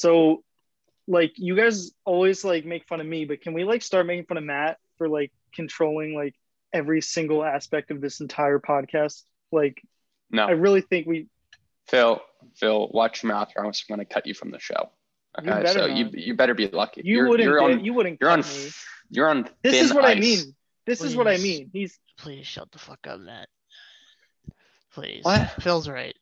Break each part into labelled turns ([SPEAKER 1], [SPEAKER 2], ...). [SPEAKER 1] So, like, you guys always like make fun of me, but can we like start making fun of Matt for like controlling like every single aspect of this entire podcast? Like,
[SPEAKER 2] No,
[SPEAKER 1] I really think we
[SPEAKER 2] Phil, Phil, watch your mouth, or else I'm going to cut you from the show.
[SPEAKER 1] You
[SPEAKER 2] Okay,
[SPEAKER 1] better
[SPEAKER 2] so
[SPEAKER 1] not.
[SPEAKER 2] you you better be lucky.
[SPEAKER 1] you
[SPEAKER 2] You're-
[SPEAKER 1] wouldn't
[SPEAKER 2] You're
[SPEAKER 1] get-
[SPEAKER 2] on.
[SPEAKER 1] you wouldn't
[SPEAKER 2] You're
[SPEAKER 1] cut
[SPEAKER 2] on.
[SPEAKER 1] me.
[SPEAKER 2] You're on.
[SPEAKER 1] This
[SPEAKER 2] thin
[SPEAKER 1] is what I
[SPEAKER 2] ice.
[SPEAKER 1] mean. This is what I
[SPEAKER 3] Please.
[SPEAKER 1] mean. He's
[SPEAKER 3] Please shut the fuck up, Matt. Please.
[SPEAKER 2] What?
[SPEAKER 3] Phil's right.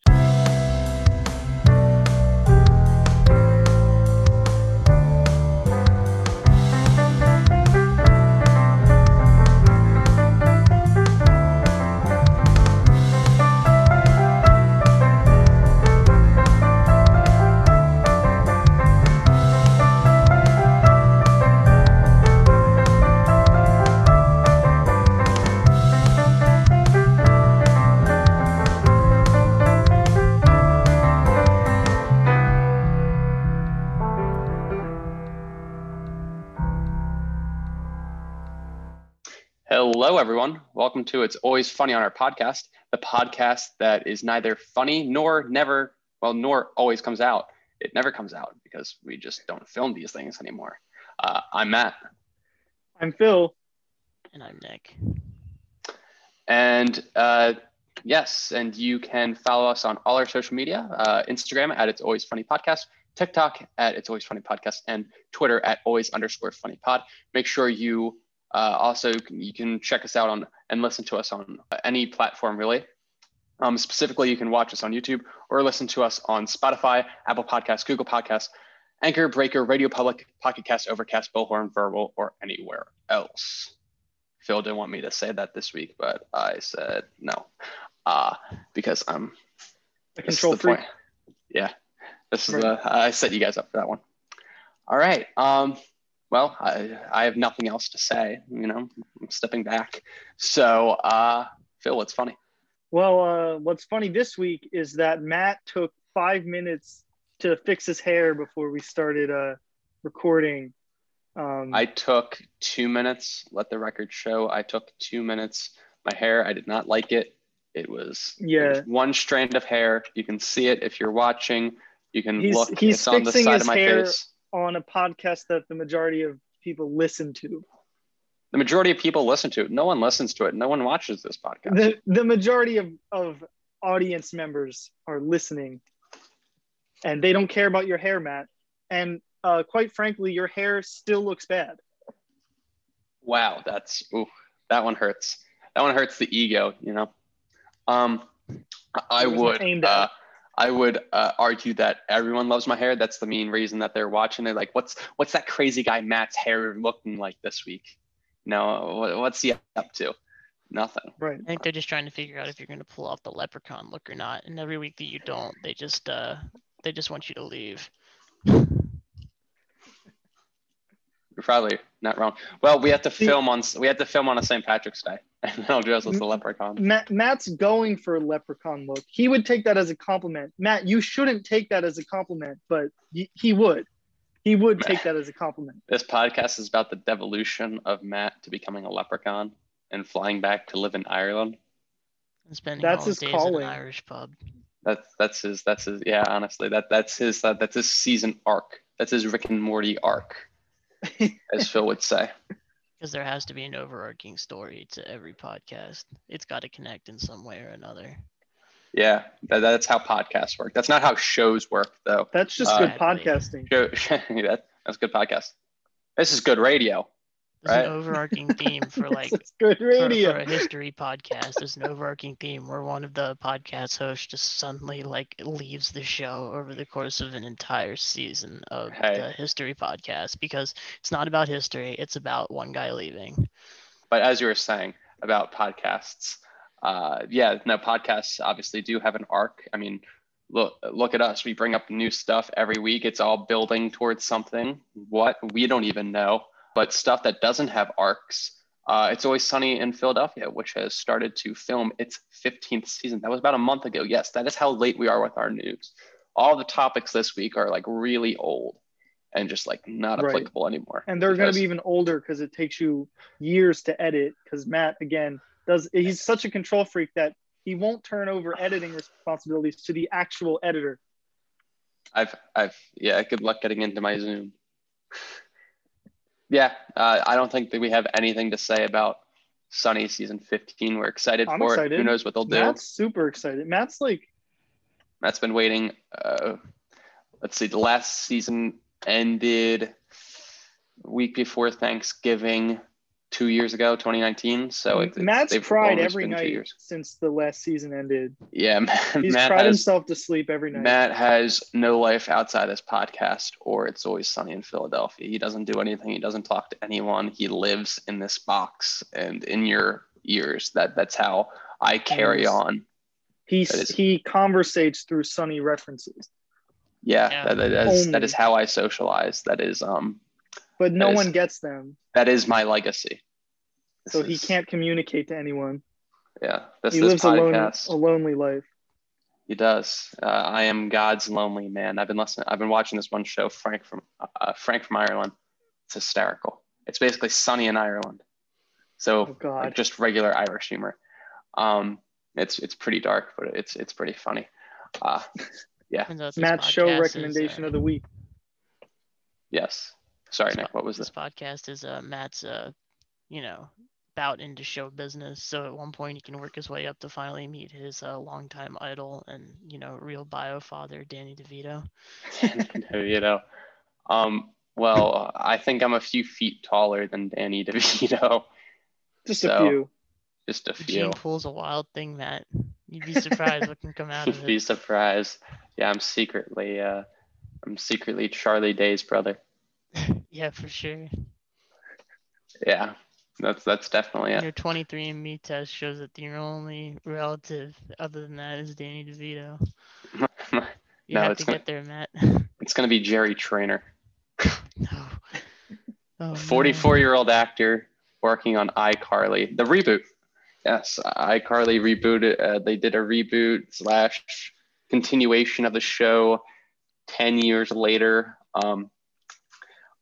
[SPEAKER 2] Hello, everyone. Welcome to It's Always Funny on our podcast, the podcast that is neither funny nor never, well, nor always comes out. It never comes out because we just don't film these things anymore. Uh, I'm Matt,
[SPEAKER 1] I'm Phil.
[SPEAKER 3] And I'm Nick.
[SPEAKER 2] and uh, yes, and you can follow us on all our social media: uh, Instagram at It's Always Funny Podcast, TikTok at It's Always Funny Podcast, and Twitter at Always underscore Funny Pod. Make sure you uh, also you can check us out on and listen to us on any platform really. Um, specifically, you can watch us on YouTube or listen to us on Spotify, Apple Podcasts, Google Podcasts, Anchor, Breaker, Radio Public, Pocket Cast, Overcast, Bullhorn, Verbal, or anywhere else. Phil didn't want me to say that this week, but I said no uh, because I'm
[SPEAKER 1] A
[SPEAKER 2] this is
[SPEAKER 1] control
[SPEAKER 2] the
[SPEAKER 1] freak.
[SPEAKER 2] point. Yeah, this is
[SPEAKER 1] Right.
[SPEAKER 2] the I set you guys up for that one. All right. Um, well, I, I have nothing else to say. You know, I'm stepping back. So, uh, Phil, what's funny?
[SPEAKER 1] Well, uh, what's funny this week is that Matt took five minutes to fix his hair before we started uh, recording. Um,
[SPEAKER 2] I took two minutes. Let the record show. I took two minutes. My hair, I did not like it. It was it
[SPEAKER 1] Yeah.
[SPEAKER 2] was one strand of hair. You can see it if you're watching. You can
[SPEAKER 1] He's-
[SPEAKER 2] look.
[SPEAKER 1] he's
[SPEAKER 2] it's on the
[SPEAKER 1] fixing
[SPEAKER 2] side
[SPEAKER 1] his
[SPEAKER 2] of my
[SPEAKER 1] hair.
[SPEAKER 2] face.
[SPEAKER 1] on a podcast that the majority of people listen to.
[SPEAKER 2] The majority of people listen to it. No one listens to it. No one watches this podcast.
[SPEAKER 1] The, the majority of, of audience members are listening and they don't care about your hair, Matt. And uh, quite frankly, your hair still looks bad.
[SPEAKER 2] wow that's ooh, that one hurts that one hurts the ego you know um I- i
[SPEAKER 1] It was
[SPEAKER 2] would
[SPEAKER 1] aimed at.
[SPEAKER 2] uh, i would uh, argue that everyone loves my hair that's the main reason that they're watching it like what's what's that crazy guy matt's hair looking like this week no what, what's he up to nothing
[SPEAKER 1] Right.
[SPEAKER 3] I think they're just trying to figure out if you're gonna pull off the leprechaun look or not. And every week that you don't, they just uh they just want you to leave.
[SPEAKER 2] you're probably not wrong well we have to film on we have to film on a st patrick's day and then i'll dress as
[SPEAKER 1] Mm-hmm.
[SPEAKER 2] the leprechaun
[SPEAKER 1] Matt, Matt's going for a leprechaun look. He would take that as a compliment. Matt, you shouldn't take that as a compliment, but y- he would. He would take that as a compliment.
[SPEAKER 2] this podcast is about the devolution of matt to becoming a leprechaun and flying back to live in ireland
[SPEAKER 3] And spending
[SPEAKER 1] That's
[SPEAKER 3] all
[SPEAKER 1] his
[SPEAKER 3] his days
[SPEAKER 1] calling.
[SPEAKER 3] at an Irish pub.
[SPEAKER 2] That's that's his that's his yeah honestly that that's his that, that's his season arc that's his Rick and Morty arc as Phil would say
[SPEAKER 3] Because there has to be an overarching story to every podcast. It's gotta connect in some way or another.
[SPEAKER 2] yeah that, that's how podcasts work that's not how shows work though
[SPEAKER 1] That's just
[SPEAKER 2] Uh,
[SPEAKER 1] good
[SPEAKER 3] Exactly.
[SPEAKER 1] podcasting.
[SPEAKER 2] Show, that, that's good podcast this is good radio
[SPEAKER 3] There's
[SPEAKER 2] Right.
[SPEAKER 3] an overarching theme for like
[SPEAKER 1] it's good
[SPEAKER 3] for-
[SPEAKER 1] radio.
[SPEAKER 3] For, a history podcast, there's an overarching theme where one of the podcast hosts just suddenly like leaves the show over the course of an entire season of
[SPEAKER 2] Hey.
[SPEAKER 3] the history podcast because it's not about history, it's about one guy leaving.
[SPEAKER 2] but as you were saying about podcasts uh, yeah no podcasts obviously do have an arc i mean look look at us we bring up new stuff every week it's all building towards something what we don't even know but stuff that doesn't have arcs uh, it's always sunny in philadelphia which has started to film its 15th season that was about a month ago yes that is how late we are with our news all the topics this week are like really old and just like not
[SPEAKER 1] Right.
[SPEAKER 2] applicable anymore
[SPEAKER 1] And they're going
[SPEAKER 2] because-
[SPEAKER 1] to be even older because it takes you years to edit. Because Matt, again, does he's such a control freak that he won't turn over editing responsibilities to the actual editor.
[SPEAKER 2] I've, I've, yeah. Good luck getting into my Zoom. yeah, uh, I don't think that we have anything to say about Sunny season 15. We're excited
[SPEAKER 1] I'm
[SPEAKER 2] for it.
[SPEAKER 1] excited.
[SPEAKER 2] Who knows what they'll do?
[SPEAKER 1] Matt's super excited. Matt's like,
[SPEAKER 2] Matt's been waiting. Uh, let's see, the last season ended week before Thanksgiving two years ago, 2019. So it, it's-
[SPEAKER 1] Matt's
[SPEAKER 2] they've
[SPEAKER 1] cried
[SPEAKER 2] almost
[SPEAKER 1] every
[SPEAKER 2] been two
[SPEAKER 1] night
[SPEAKER 2] years.
[SPEAKER 1] since the last season ended.
[SPEAKER 2] Yeah, Matt,
[SPEAKER 1] He's
[SPEAKER 2] Matt
[SPEAKER 1] cried
[SPEAKER 2] has,
[SPEAKER 1] himself to sleep every night.
[SPEAKER 2] Matt has no life outside this podcast or It's Always Sunny in Philadelphia. He doesn't do anything. He doesn't talk to anyone. He lives in this box and in your ears. That That's how I carry
[SPEAKER 1] Yes.
[SPEAKER 2] on.
[SPEAKER 1] he
[SPEAKER 2] that is-
[SPEAKER 1] he conversates through sunny references,
[SPEAKER 2] Yeah,
[SPEAKER 3] Yeah.
[SPEAKER 2] that- that is that
[SPEAKER 1] Only.
[SPEAKER 2] is how I socialize. That is um
[SPEAKER 1] but no
[SPEAKER 2] That is-
[SPEAKER 1] one gets them,
[SPEAKER 2] that is my legacy. This
[SPEAKER 1] so he
[SPEAKER 2] is-
[SPEAKER 1] can't communicate to anyone.
[SPEAKER 2] Yeah, this
[SPEAKER 1] he
[SPEAKER 2] this
[SPEAKER 1] lives alone,
[SPEAKER 2] podcast.
[SPEAKER 1] a lonely life.
[SPEAKER 2] He does. Uh, I am God's lonely man. I've been listening. I've been watching this one show, Frank from uh, Frank from Ireland. It's hysterical. It's basically sunny in Ireland, so
[SPEAKER 1] Oh
[SPEAKER 2] like
[SPEAKER 1] God,
[SPEAKER 2] just regular Irish humor. Um, it's it's pretty dark, but it's it's pretty funny. Uh,
[SPEAKER 3] Turns out this
[SPEAKER 1] Matt's show
[SPEAKER 3] podcast is,
[SPEAKER 1] recommendation
[SPEAKER 3] uh,
[SPEAKER 1] of the week.
[SPEAKER 2] yes. Sorry,
[SPEAKER 3] It's
[SPEAKER 2] Nick.
[SPEAKER 3] fu-
[SPEAKER 2] What was
[SPEAKER 3] this
[SPEAKER 2] this?
[SPEAKER 3] podcast is uh, Matt's, uh, you know, bout into show business. So at one point he can work his way up to finally meet his uh, longtime idol and you know real bio father, Danny DeVito.
[SPEAKER 2] you know. Um, well, I think I'm a few feet taller than Danny DeVito.
[SPEAKER 1] Just
[SPEAKER 2] so-
[SPEAKER 1] a few.
[SPEAKER 2] Just a
[SPEAKER 3] The
[SPEAKER 2] few.
[SPEAKER 3] gene pool's a wild thing, Matt. You'd be surprised what can come out of
[SPEAKER 2] be
[SPEAKER 3] it.
[SPEAKER 2] surprised. Yeah, I'm secretly uh I'm secretly Charlie Day's brother.
[SPEAKER 3] Yeah, for sure.
[SPEAKER 2] Yeah. That's that's definitely it.
[SPEAKER 3] Your 23andMe test shows that your only relative other than that is Danny DeVito. You
[SPEAKER 2] No,
[SPEAKER 3] have
[SPEAKER 2] it's
[SPEAKER 3] to
[SPEAKER 2] not-
[SPEAKER 3] get there, Matt.
[SPEAKER 2] It's gonna be Jerry Trainer,
[SPEAKER 3] no. Oh,
[SPEAKER 2] a
[SPEAKER 3] no.
[SPEAKER 2] 44 year old actor working on iCarly, the reboot. Yes, iCarly rebooted. Uh, they did a reboot slash continuation of the show 10 years later, um,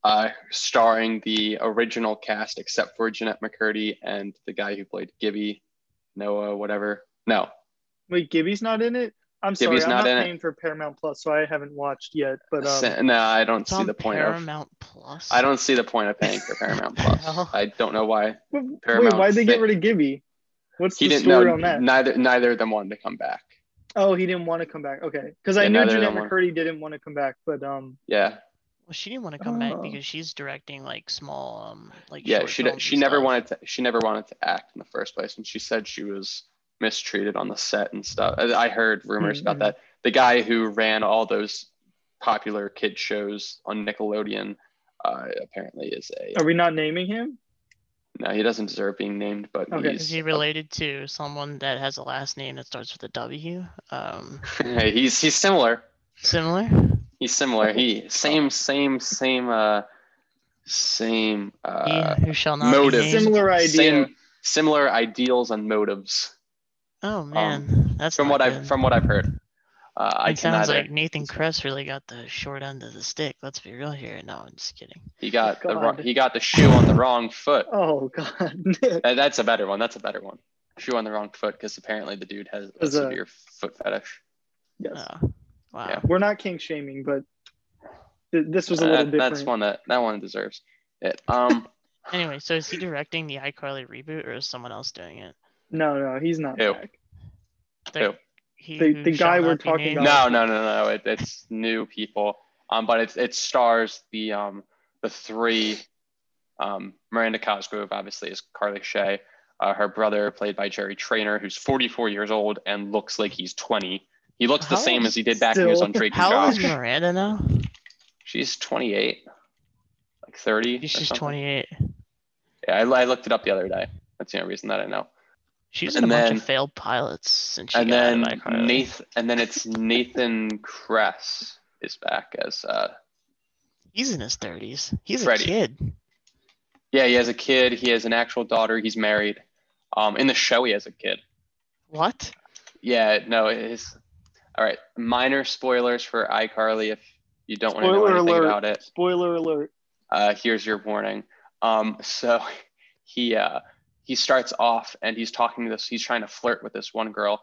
[SPEAKER 2] uh, starring the original cast except for Jeanette McCurdy and the guy who played Gibby, Noah, whatever. No,
[SPEAKER 1] Wait, Gibby's not in it. I'm
[SPEAKER 2] Gibby's
[SPEAKER 1] sorry, I'm
[SPEAKER 2] not
[SPEAKER 1] not,
[SPEAKER 2] in it.
[SPEAKER 1] paying for Paramount Plus, so I haven't watched yet. But um,
[SPEAKER 2] Sa- no, I don't
[SPEAKER 3] It's
[SPEAKER 2] see
[SPEAKER 3] on
[SPEAKER 2] the point of.
[SPEAKER 3] Paramount Plus.
[SPEAKER 2] I don't see the point of paying for Paramount Plus.
[SPEAKER 3] Well.
[SPEAKER 2] I don't know why
[SPEAKER 1] wait,
[SPEAKER 2] Paramount
[SPEAKER 1] why'd they get
[SPEAKER 2] thing.
[SPEAKER 1] rid of Gibby? What's
[SPEAKER 2] he
[SPEAKER 1] the
[SPEAKER 2] didn't
[SPEAKER 1] story
[SPEAKER 2] know.
[SPEAKER 1] on that?
[SPEAKER 2] Neither neither of them wanted to come back.
[SPEAKER 1] Oh, he didn't want to come back. Okay, because
[SPEAKER 2] Yeah,
[SPEAKER 1] I knew
[SPEAKER 2] neither of
[SPEAKER 1] Jeanette
[SPEAKER 2] them wanna-
[SPEAKER 1] McCurdy didn't want to come back, but um,
[SPEAKER 2] Yeah,
[SPEAKER 3] Well, she didn't want to come back
[SPEAKER 1] Oh.
[SPEAKER 3] because she's directing like small, um, like
[SPEAKER 2] yeah.
[SPEAKER 3] short
[SPEAKER 2] She
[SPEAKER 3] films
[SPEAKER 2] did, she
[SPEAKER 3] and
[SPEAKER 2] never
[SPEAKER 3] stuff.
[SPEAKER 2] wanted to. She never wanted to act in the first place, and she said she was mistreated on the set and stuff. I I heard rumors
[SPEAKER 1] Mhm.
[SPEAKER 3] Mm-hmm.
[SPEAKER 2] about that. The guy who ran all those popular kid shows on Nickelodeon uh, apparently is a.
[SPEAKER 3] Oh.
[SPEAKER 1] are we not naming him?
[SPEAKER 2] No, he doesn't deserve being named, but
[SPEAKER 1] Okay.
[SPEAKER 2] he's
[SPEAKER 3] Is he related to someone that has a last name that starts with a W? Um,
[SPEAKER 2] he's he's similar.
[SPEAKER 3] similar.
[SPEAKER 2] He's similar. He
[SPEAKER 3] Oh.
[SPEAKER 2] same same same uh same uh
[SPEAKER 3] he who shall not
[SPEAKER 2] motive.
[SPEAKER 3] be named.
[SPEAKER 1] Similar idea.
[SPEAKER 2] same similar ideals and motives
[SPEAKER 3] Oh man, that's
[SPEAKER 2] Um, from
[SPEAKER 3] not
[SPEAKER 2] what I've
[SPEAKER 3] good.
[SPEAKER 2] from what I've heard. Uh, I
[SPEAKER 3] it
[SPEAKER 2] can
[SPEAKER 3] sounds
[SPEAKER 2] neither.
[SPEAKER 3] like Nathan Kress really got the short end of the stick. Let's be real here. No, I'm just kidding.
[SPEAKER 2] he got the wrong,
[SPEAKER 1] God.
[SPEAKER 2] he got the shoe on the wrong foot.
[SPEAKER 1] Oh God, Nick.
[SPEAKER 2] Uh, That's a better one. That's a better one. Shoe on the wrong foot because apparently the dude has a
[SPEAKER 1] Is a-
[SPEAKER 2] severe foot fetish.
[SPEAKER 1] Yes,
[SPEAKER 3] Oh, wow.
[SPEAKER 2] Yeah.
[SPEAKER 1] we're not kink shaming, but th- this was a
[SPEAKER 2] Uh,
[SPEAKER 1] little
[SPEAKER 2] that-
[SPEAKER 1] different.
[SPEAKER 2] that's one that that one deserves it. Um,
[SPEAKER 3] Anyway, so is he directing the iCarly reboot or is someone else doing it?
[SPEAKER 1] No, no, he's not
[SPEAKER 2] Ew.
[SPEAKER 1] back.
[SPEAKER 2] Ew.
[SPEAKER 3] He
[SPEAKER 1] The-
[SPEAKER 3] who
[SPEAKER 1] the
[SPEAKER 3] shall
[SPEAKER 1] guy we're
[SPEAKER 3] not be
[SPEAKER 1] talking
[SPEAKER 3] named?
[SPEAKER 1] about-
[SPEAKER 2] no no no no it, it's new people um but it's it stars the um the three um miranda cosgrove obviously is carly shay uh, her brother played by jerry trainer who's 44 years old and looks like he's 20 he looks the
[SPEAKER 3] How
[SPEAKER 2] same
[SPEAKER 3] old-
[SPEAKER 2] as he did back when he was
[SPEAKER 1] still-
[SPEAKER 2] on drake
[SPEAKER 3] How old
[SPEAKER 2] and
[SPEAKER 3] is
[SPEAKER 2] josh
[SPEAKER 3] Miranda now?
[SPEAKER 2] she's 28 like 30 or
[SPEAKER 3] She's
[SPEAKER 2] something.
[SPEAKER 3] 28.
[SPEAKER 2] yeah I, I looked it up the other day that's the only reason that i know
[SPEAKER 3] She's
[SPEAKER 2] And
[SPEAKER 3] in a bunch
[SPEAKER 2] then-
[SPEAKER 3] of failed pilots since she
[SPEAKER 2] and
[SPEAKER 3] got
[SPEAKER 2] then
[SPEAKER 3] out of iCarly.
[SPEAKER 2] nathan and then it's nathan cress is back as uh
[SPEAKER 3] He's in his 30s. He's
[SPEAKER 2] Freddy.
[SPEAKER 3] a kid.
[SPEAKER 2] Yeah, he has a kid. He has an actual daughter. He's married. Um, in the show, he has a kid.
[SPEAKER 3] What?
[SPEAKER 2] Yeah, no, it is. All right, minor spoilers for iCarly if you don't want to know
[SPEAKER 1] Spoiler
[SPEAKER 2] anything
[SPEAKER 1] alert.
[SPEAKER 2] about it.
[SPEAKER 1] Spoiler alert.
[SPEAKER 2] Uh, here's your warning. Um, so he uh, he starts off and he's talking to this. He's trying to flirt with this one girl,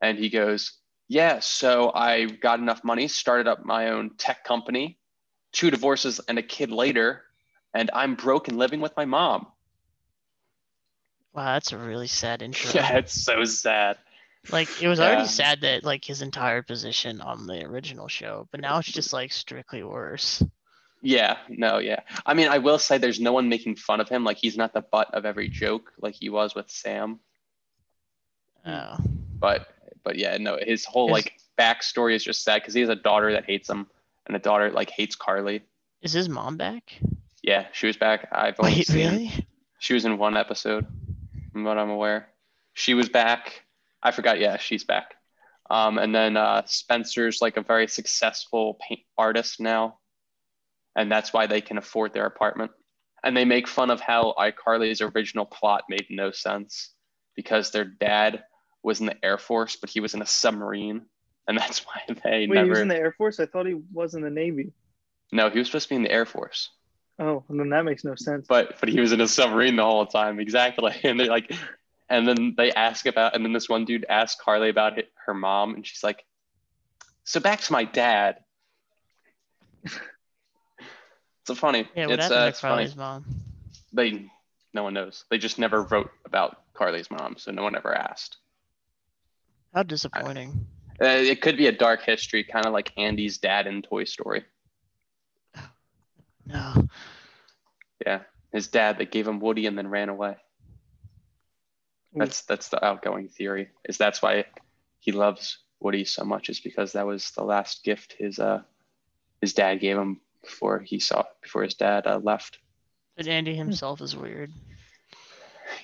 [SPEAKER 2] and he goes, Yeah, so I got enough money, started up my own tech company, two divorces and a kid later, and I'm broke and living with my mom.
[SPEAKER 3] Wow, that's a really sad intro.
[SPEAKER 2] Yeah, it's so sad.
[SPEAKER 3] Like it was
[SPEAKER 2] Yeah.
[SPEAKER 3] already sad that like his entire position on the original show, but now it's just like strictly worse.
[SPEAKER 2] Yeah, no, yeah. I mean, I will say there's no one making fun of him. Like he's not the butt of every joke like he was with Sam. Hmm.
[SPEAKER 3] Oh.
[SPEAKER 2] But but yeah, no, his whole
[SPEAKER 3] Is-
[SPEAKER 2] like backstory is just sad because he has a daughter that hates him and a daughter like hates Carly.
[SPEAKER 3] Is his mom back?
[SPEAKER 2] Yeah, she was back. I've only
[SPEAKER 3] Wait,
[SPEAKER 2] seen
[SPEAKER 3] really?
[SPEAKER 2] she was in one episode, from what I'm aware. She was back. I forgot. Yeah, she's back. Um, and then uh, Spencer's like a very successful paint artist now, and that's why they can afford their apartment. And they make fun of how iCarly's original plot made no sense because their dad was in the Air Force, but he was in a submarine, and that's why they
[SPEAKER 1] Wait, he was
[SPEAKER 2] never.
[SPEAKER 1] in the Air Force? I thought he was in the Navy.
[SPEAKER 2] no, he was supposed to be in the Air Force.
[SPEAKER 1] Oh, and then that makes no sense.
[SPEAKER 2] but but he was in a submarine the whole time exactly and they're like and then they ask about and then this one dude asks carly about it, her mom and she's like so back to my dad it's a funny
[SPEAKER 3] Yeah, what
[SPEAKER 2] it's,
[SPEAKER 3] happened
[SPEAKER 2] uh,
[SPEAKER 3] to
[SPEAKER 2] it's funny
[SPEAKER 3] Carly's mom?
[SPEAKER 2] they no one knows they just never wrote about carly's mom so no one ever asked
[SPEAKER 3] How disappointing.
[SPEAKER 2] uh, it could be a dark history kind of like andy's dad in toy story
[SPEAKER 3] No.
[SPEAKER 2] yeah his dad that gave him woody and then ran away
[SPEAKER 3] Mm.
[SPEAKER 1] Ooh.
[SPEAKER 2] That's that's the outgoing theory. Is that's why he loves Woody so much? Is because that was the last gift his uh his dad gave him before he saw before his dad uh, left.
[SPEAKER 3] But Andy
[SPEAKER 2] Hmm.
[SPEAKER 3] himself is weird.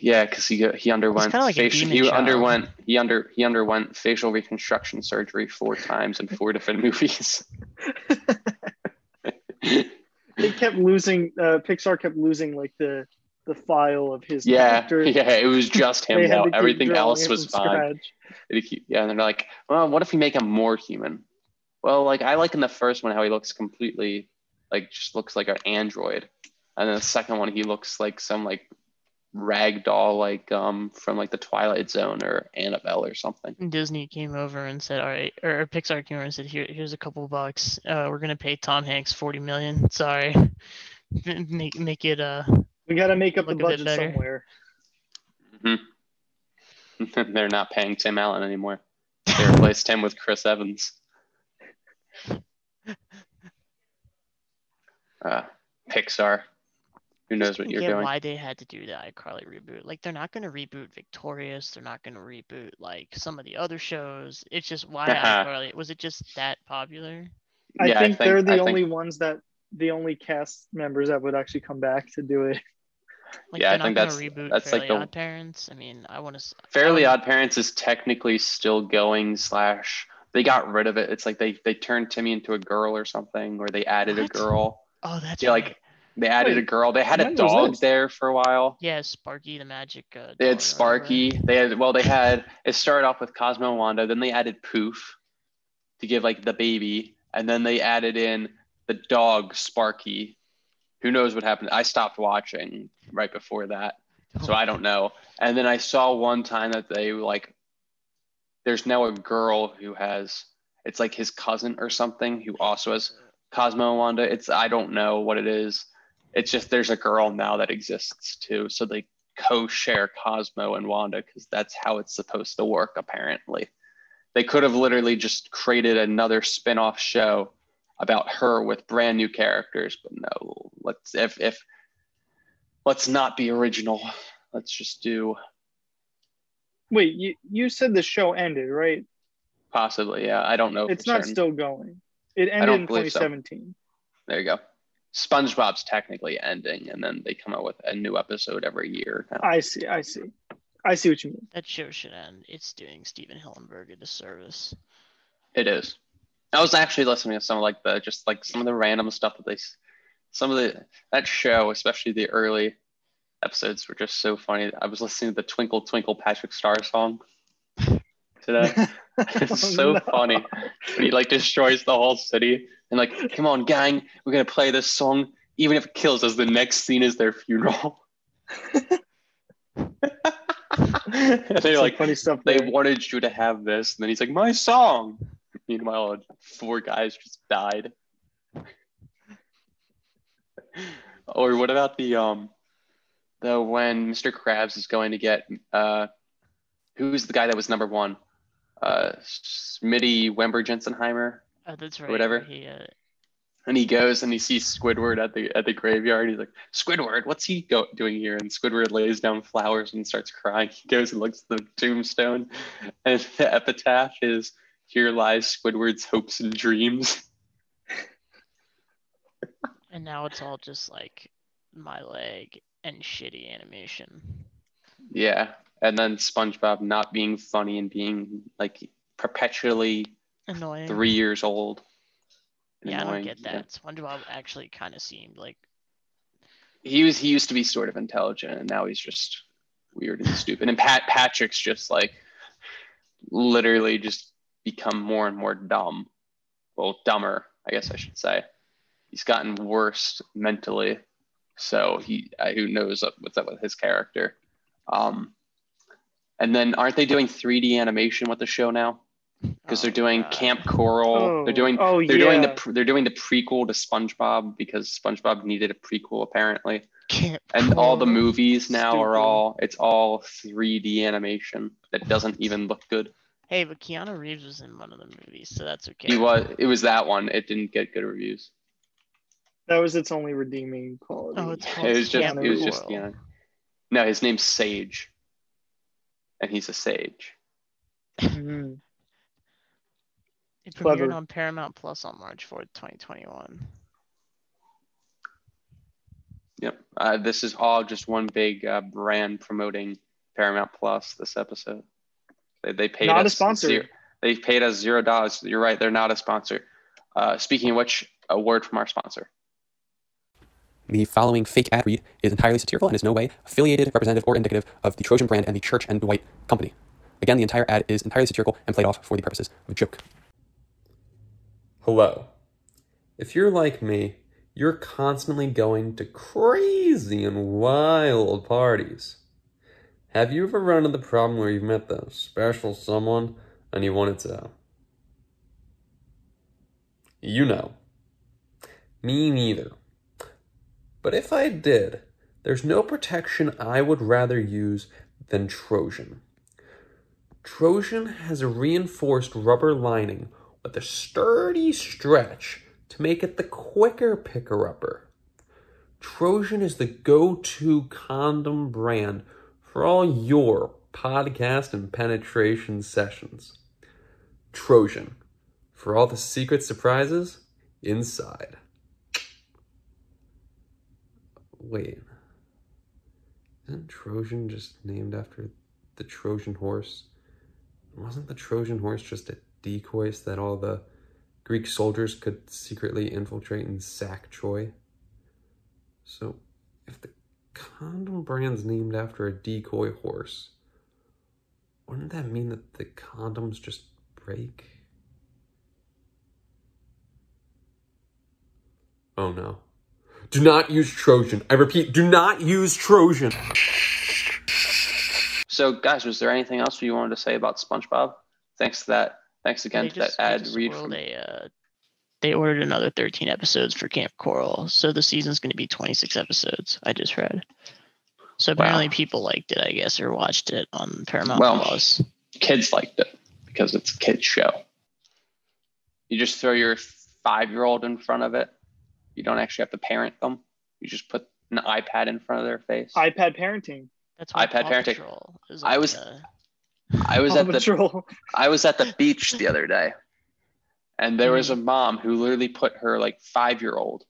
[SPEAKER 2] Yeah, because he he underwent
[SPEAKER 3] kinda like a
[SPEAKER 2] facial,
[SPEAKER 3] demon
[SPEAKER 2] he
[SPEAKER 3] child.
[SPEAKER 2] underwent he under he underwent facial reconstruction surgery four times in four different movies.
[SPEAKER 1] They kept losing. Uh, Pixar kept losing like the the file of his
[SPEAKER 2] yeah,
[SPEAKER 1] character.
[SPEAKER 2] yeah, it was just him.
[SPEAKER 1] They had
[SPEAKER 2] Now
[SPEAKER 1] to keep
[SPEAKER 2] everything
[SPEAKER 1] drawing
[SPEAKER 2] else
[SPEAKER 1] it
[SPEAKER 2] was
[SPEAKER 1] from
[SPEAKER 2] fine.
[SPEAKER 1] scratch.
[SPEAKER 2] And he- yeah, and they're like, well, what if we make him more human? Well, like I like in the first one how he looks completely like just looks like an android, and then the second one he looks like some like rag doll like um from like the Twilight Zone or Annabelle or something.
[SPEAKER 3] And Disney came over and said, "All right," or Pixar came over and said, "Here, here's a couple bucks. Uh, we're gonna pay Tom Hanks forty million. Sorry, make make it uh
[SPEAKER 1] We got to make up the
[SPEAKER 3] Look a bit
[SPEAKER 1] budget
[SPEAKER 3] better.
[SPEAKER 1] somewhere.
[SPEAKER 2] Mm-hmm. they're not paying Tim Allen anymore. They replaced him with Chris Evans. Uh, Pixar. Who knows what you're
[SPEAKER 3] forget
[SPEAKER 2] doing?
[SPEAKER 3] why they had to do the iCarly reboot. Like they're not gonna reboot Victorious. They're not gonna reboot like some of the other shows. It's just why iCarly. Was it just that popular?
[SPEAKER 1] I,
[SPEAKER 2] Yeah, I
[SPEAKER 1] think they're
[SPEAKER 2] think-
[SPEAKER 1] the
[SPEAKER 2] I think-
[SPEAKER 1] only ones that the only cast members that would actually come back to do it.
[SPEAKER 3] Like
[SPEAKER 2] Yeah, I
[SPEAKER 3] they're not
[SPEAKER 2] think
[SPEAKER 3] gonna
[SPEAKER 2] that's-
[SPEAKER 3] reboot
[SPEAKER 2] that's, like,
[SPEAKER 3] Fairly
[SPEAKER 2] the-
[SPEAKER 3] Odd Parents. I mean, I want to.
[SPEAKER 2] Fairly
[SPEAKER 3] Um,
[SPEAKER 2] Odd Parents is technically still going. Slash, they got rid of it. It's like they they turned Timmy into a girl or something, or they added a
[SPEAKER 3] What?
[SPEAKER 2] girl.
[SPEAKER 3] Oh, that's
[SPEAKER 2] Yeah, like-
[SPEAKER 3] right.
[SPEAKER 2] They added a
[SPEAKER 1] Wait,
[SPEAKER 2] girl. They had a
[SPEAKER 1] when was
[SPEAKER 2] dog
[SPEAKER 1] this? Oh,
[SPEAKER 2] there for a while.
[SPEAKER 3] yeah, Sparky the Magic. Uh,
[SPEAKER 2] They
[SPEAKER 3] doll or whatever.
[SPEAKER 2] had Sparky. They had well, they had it started off with Cosmo and Wanda. Then they added Poof to give like the baby, and then they added in the dog Sparky. Who knows what happened? I stopped watching right before that.
[SPEAKER 3] Oh.
[SPEAKER 2] so I don't know. And then I saw one time that they like, there's now a girl who has, it's like his cousin or something who also has Cosmo and Wanda. It's I don't know what it is. It's just there's a girl now that exists too. So they co-share Cosmo and Wanda because that's how it's supposed to work apparently. They could have literally just created another spin-off show about her with brand new characters, but no. Let's if if let's not be original let's just do
[SPEAKER 1] Wait, you you said the show ended, right?
[SPEAKER 2] possibly yeah i don't know
[SPEAKER 1] It's
[SPEAKER 2] Oh, for
[SPEAKER 1] not
[SPEAKER 2] certain.
[SPEAKER 1] still going. It ended
[SPEAKER 2] don't
[SPEAKER 1] in
[SPEAKER 2] believe so.
[SPEAKER 1] 2017.
[SPEAKER 2] there you go spongebob's technically ending and then they come out with a new episode every year now.
[SPEAKER 1] I see. I see. I see what you mean.
[SPEAKER 3] That show should end. It's doing Steven Hillenberg a disservice.
[SPEAKER 2] it is i was actually listening to some of like the just like some of the random stuff that they s- some of the that show especially the early episodes were just so funny i was listening to the twinkle twinkle patrick star song today
[SPEAKER 1] Oh,
[SPEAKER 2] it's so
[SPEAKER 1] no.
[SPEAKER 2] funny when he like destroys the whole city and like come on gang we're gonna play this song even if it kills us the next scene is their funeral and they're
[SPEAKER 1] Some
[SPEAKER 2] like,
[SPEAKER 1] funny stuff.
[SPEAKER 2] they
[SPEAKER 1] there.
[SPEAKER 2] wanted you to have this, and then he's like, my song. Meanwhile, four guys just died. or what about the um, the when Mr. Krabs is going to get uh, who's the guy that was number one? Uh, Smitty Wember Jensenheimer,
[SPEAKER 3] Oh, that's right.
[SPEAKER 2] whatever.
[SPEAKER 3] He, uh,
[SPEAKER 2] and he goes and he sees Squidward at the at the graveyard. He's like, Squidward, what's he go- doing here? And Squidward lays down flowers and starts crying. He goes and looks at the tombstone, and the epitaph is, "Here lies Squidward's hopes and dreams."
[SPEAKER 3] and now it's all just like my leg and shitty animation.
[SPEAKER 2] Yeah, and then SpongeBob not being funny and being like perpetually
[SPEAKER 3] Annoying.
[SPEAKER 2] three years old. and
[SPEAKER 3] yeah, I don't
[SPEAKER 2] annoying.
[SPEAKER 3] get
[SPEAKER 2] Yeah.
[SPEAKER 3] that. SpongeBob actually kind of seemed like
[SPEAKER 2] He was he used to be sort of intelligent, and now he's just weird and stupid. And Pat Patrick's just like literally just become more and more dumb. Well, dumber, I guess I should say. He's gotten worse mentally, so he I, who knows up- what's up with his character. Um, and then aren't they doing 3D animation with the show now? Because
[SPEAKER 3] oh,
[SPEAKER 2] they're doing
[SPEAKER 3] God.
[SPEAKER 2] Camp Coral. They're doing
[SPEAKER 1] Oh
[SPEAKER 2] they're
[SPEAKER 1] yeah.
[SPEAKER 2] doing the pre- they're doing the prequel to SpongeBob because SpongeBob needed a prequel apparently,
[SPEAKER 3] Camp
[SPEAKER 2] and all the
[SPEAKER 3] Coral.
[SPEAKER 2] movies now are
[SPEAKER 1] Stupid.
[SPEAKER 2] all it's all 3D animation that doesn't even look good.
[SPEAKER 3] Hey, but Keanu Reeves was in one of the movies, so that's okay.
[SPEAKER 2] He was it was that one. It didn't get good reviews.
[SPEAKER 1] that was its only redeeming quality.
[SPEAKER 3] Oh, it's called
[SPEAKER 2] It was just
[SPEAKER 3] Camp
[SPEAKER 2] it was just
[SPEAKER 3] Coral.
[SPEAKER 2] yeah. No, his name's Sage, and he's a sage.
[SPEAKER 1] Mhm.
[SPEAKER 3] It premiered
[SPEAKER 1] Clever.
[SPEAKER 3] on Paramount Plus on March 4th, 2021.
[SPEAKER 2] Yep. Uh, this is all just one big uh, brand promoting Paramount Plus. This episode, they, they paid
[SPEAKER 1] Not a
[SPEAKER 2] us
[SPEAKER 1] sponsor.
[SPEAKER 2] zero- They paid us zero dollars. You're right. They're not a sponsor. Uh, speaking of which, a word from our sponsor.
[SPEAKER 4] The following fake ad read is entirely satirical and is in no way affiliated, representative, or indicative of the Trojan brand and the Church and Dwight Company. Again, the entire ad is entirely satirical and played off for the purposes of a joke.
[SPEAKER 5] Hello. If you're like me, you're constantly going to crazy and wild parties. Have you ever run into the problem where you've met the special someone and you wanted to? You know. Me neither. But if I did, there's no protection I would rather use than Trojan. Trojan has a reinforced rubber lining with a sturdy stretch to make it the quicker picker upper. Trojan is the go to condom brand for all your podcast and penetration sessions. Trojan, for all the secret surprises inside. Wait. Isn't Trojan just named after the Trojan horse? Wasn't the Trojan horse just a decoy so that all the Greek soldiers could secretly infiltrate and sack Troy? So, if the condom brand's named after a decoy horse, wouldn't that mean that the condoms just break? Oh no. Do not use Trojan. I repeat, do not use Trojan.
[SPEAKER 2] So, guys, was there anything else you wanted to say about SpongeBob? Thanks to that. Thanks again
[SPEAKER 3] They
[SPEAKER 2] to that
[SPEAKER 3] just, they
[SPEAKER 2] ad
[SPEAKER 3] just
[SPEAKER 2] read
[SPEAKER 3] squirreled
[SPEAKER 2] from
[SPEAKER 3] a, uh, they ordered another 13 episodes for Camp Coral, so the season's going to be 26 episodes. I just read. So apparently, people liked it, I guess, or watched it on Paramount
[SPEAKER 2] Well,
[SPEAKER 3] Plus.
[SPEAKER 2] kids liked it because it's a kids show. You just throw your five year old in front of it. You don't actually have to parent them. You just put an iPad in front of their face.
[SPEAKER 1] iPad parenting.
[SPEAKER 3] That's why
[SPEAKER 2] iPad
[SPEAKER 3] Paw
[SPEAKER 2] parenting.
[SPEAKER 3] Patrol is
[SPEAKER 2] I
[SPEAKER 3] on
[SPEAKER 2] was-
[SPEAKER 3] the-
[SPEAKER 2] I was
[SPEAKER 1] Paw
[SPEAKER 3] Oh,
[SPEAKER 2] at the
[SPEAKER 1] Patrol.
[SPEAKER 2] I was at the beach the other day, and there was a
[SPEAKER 3] Mm.
[SPEAKER 2] mom who literally put her like five year old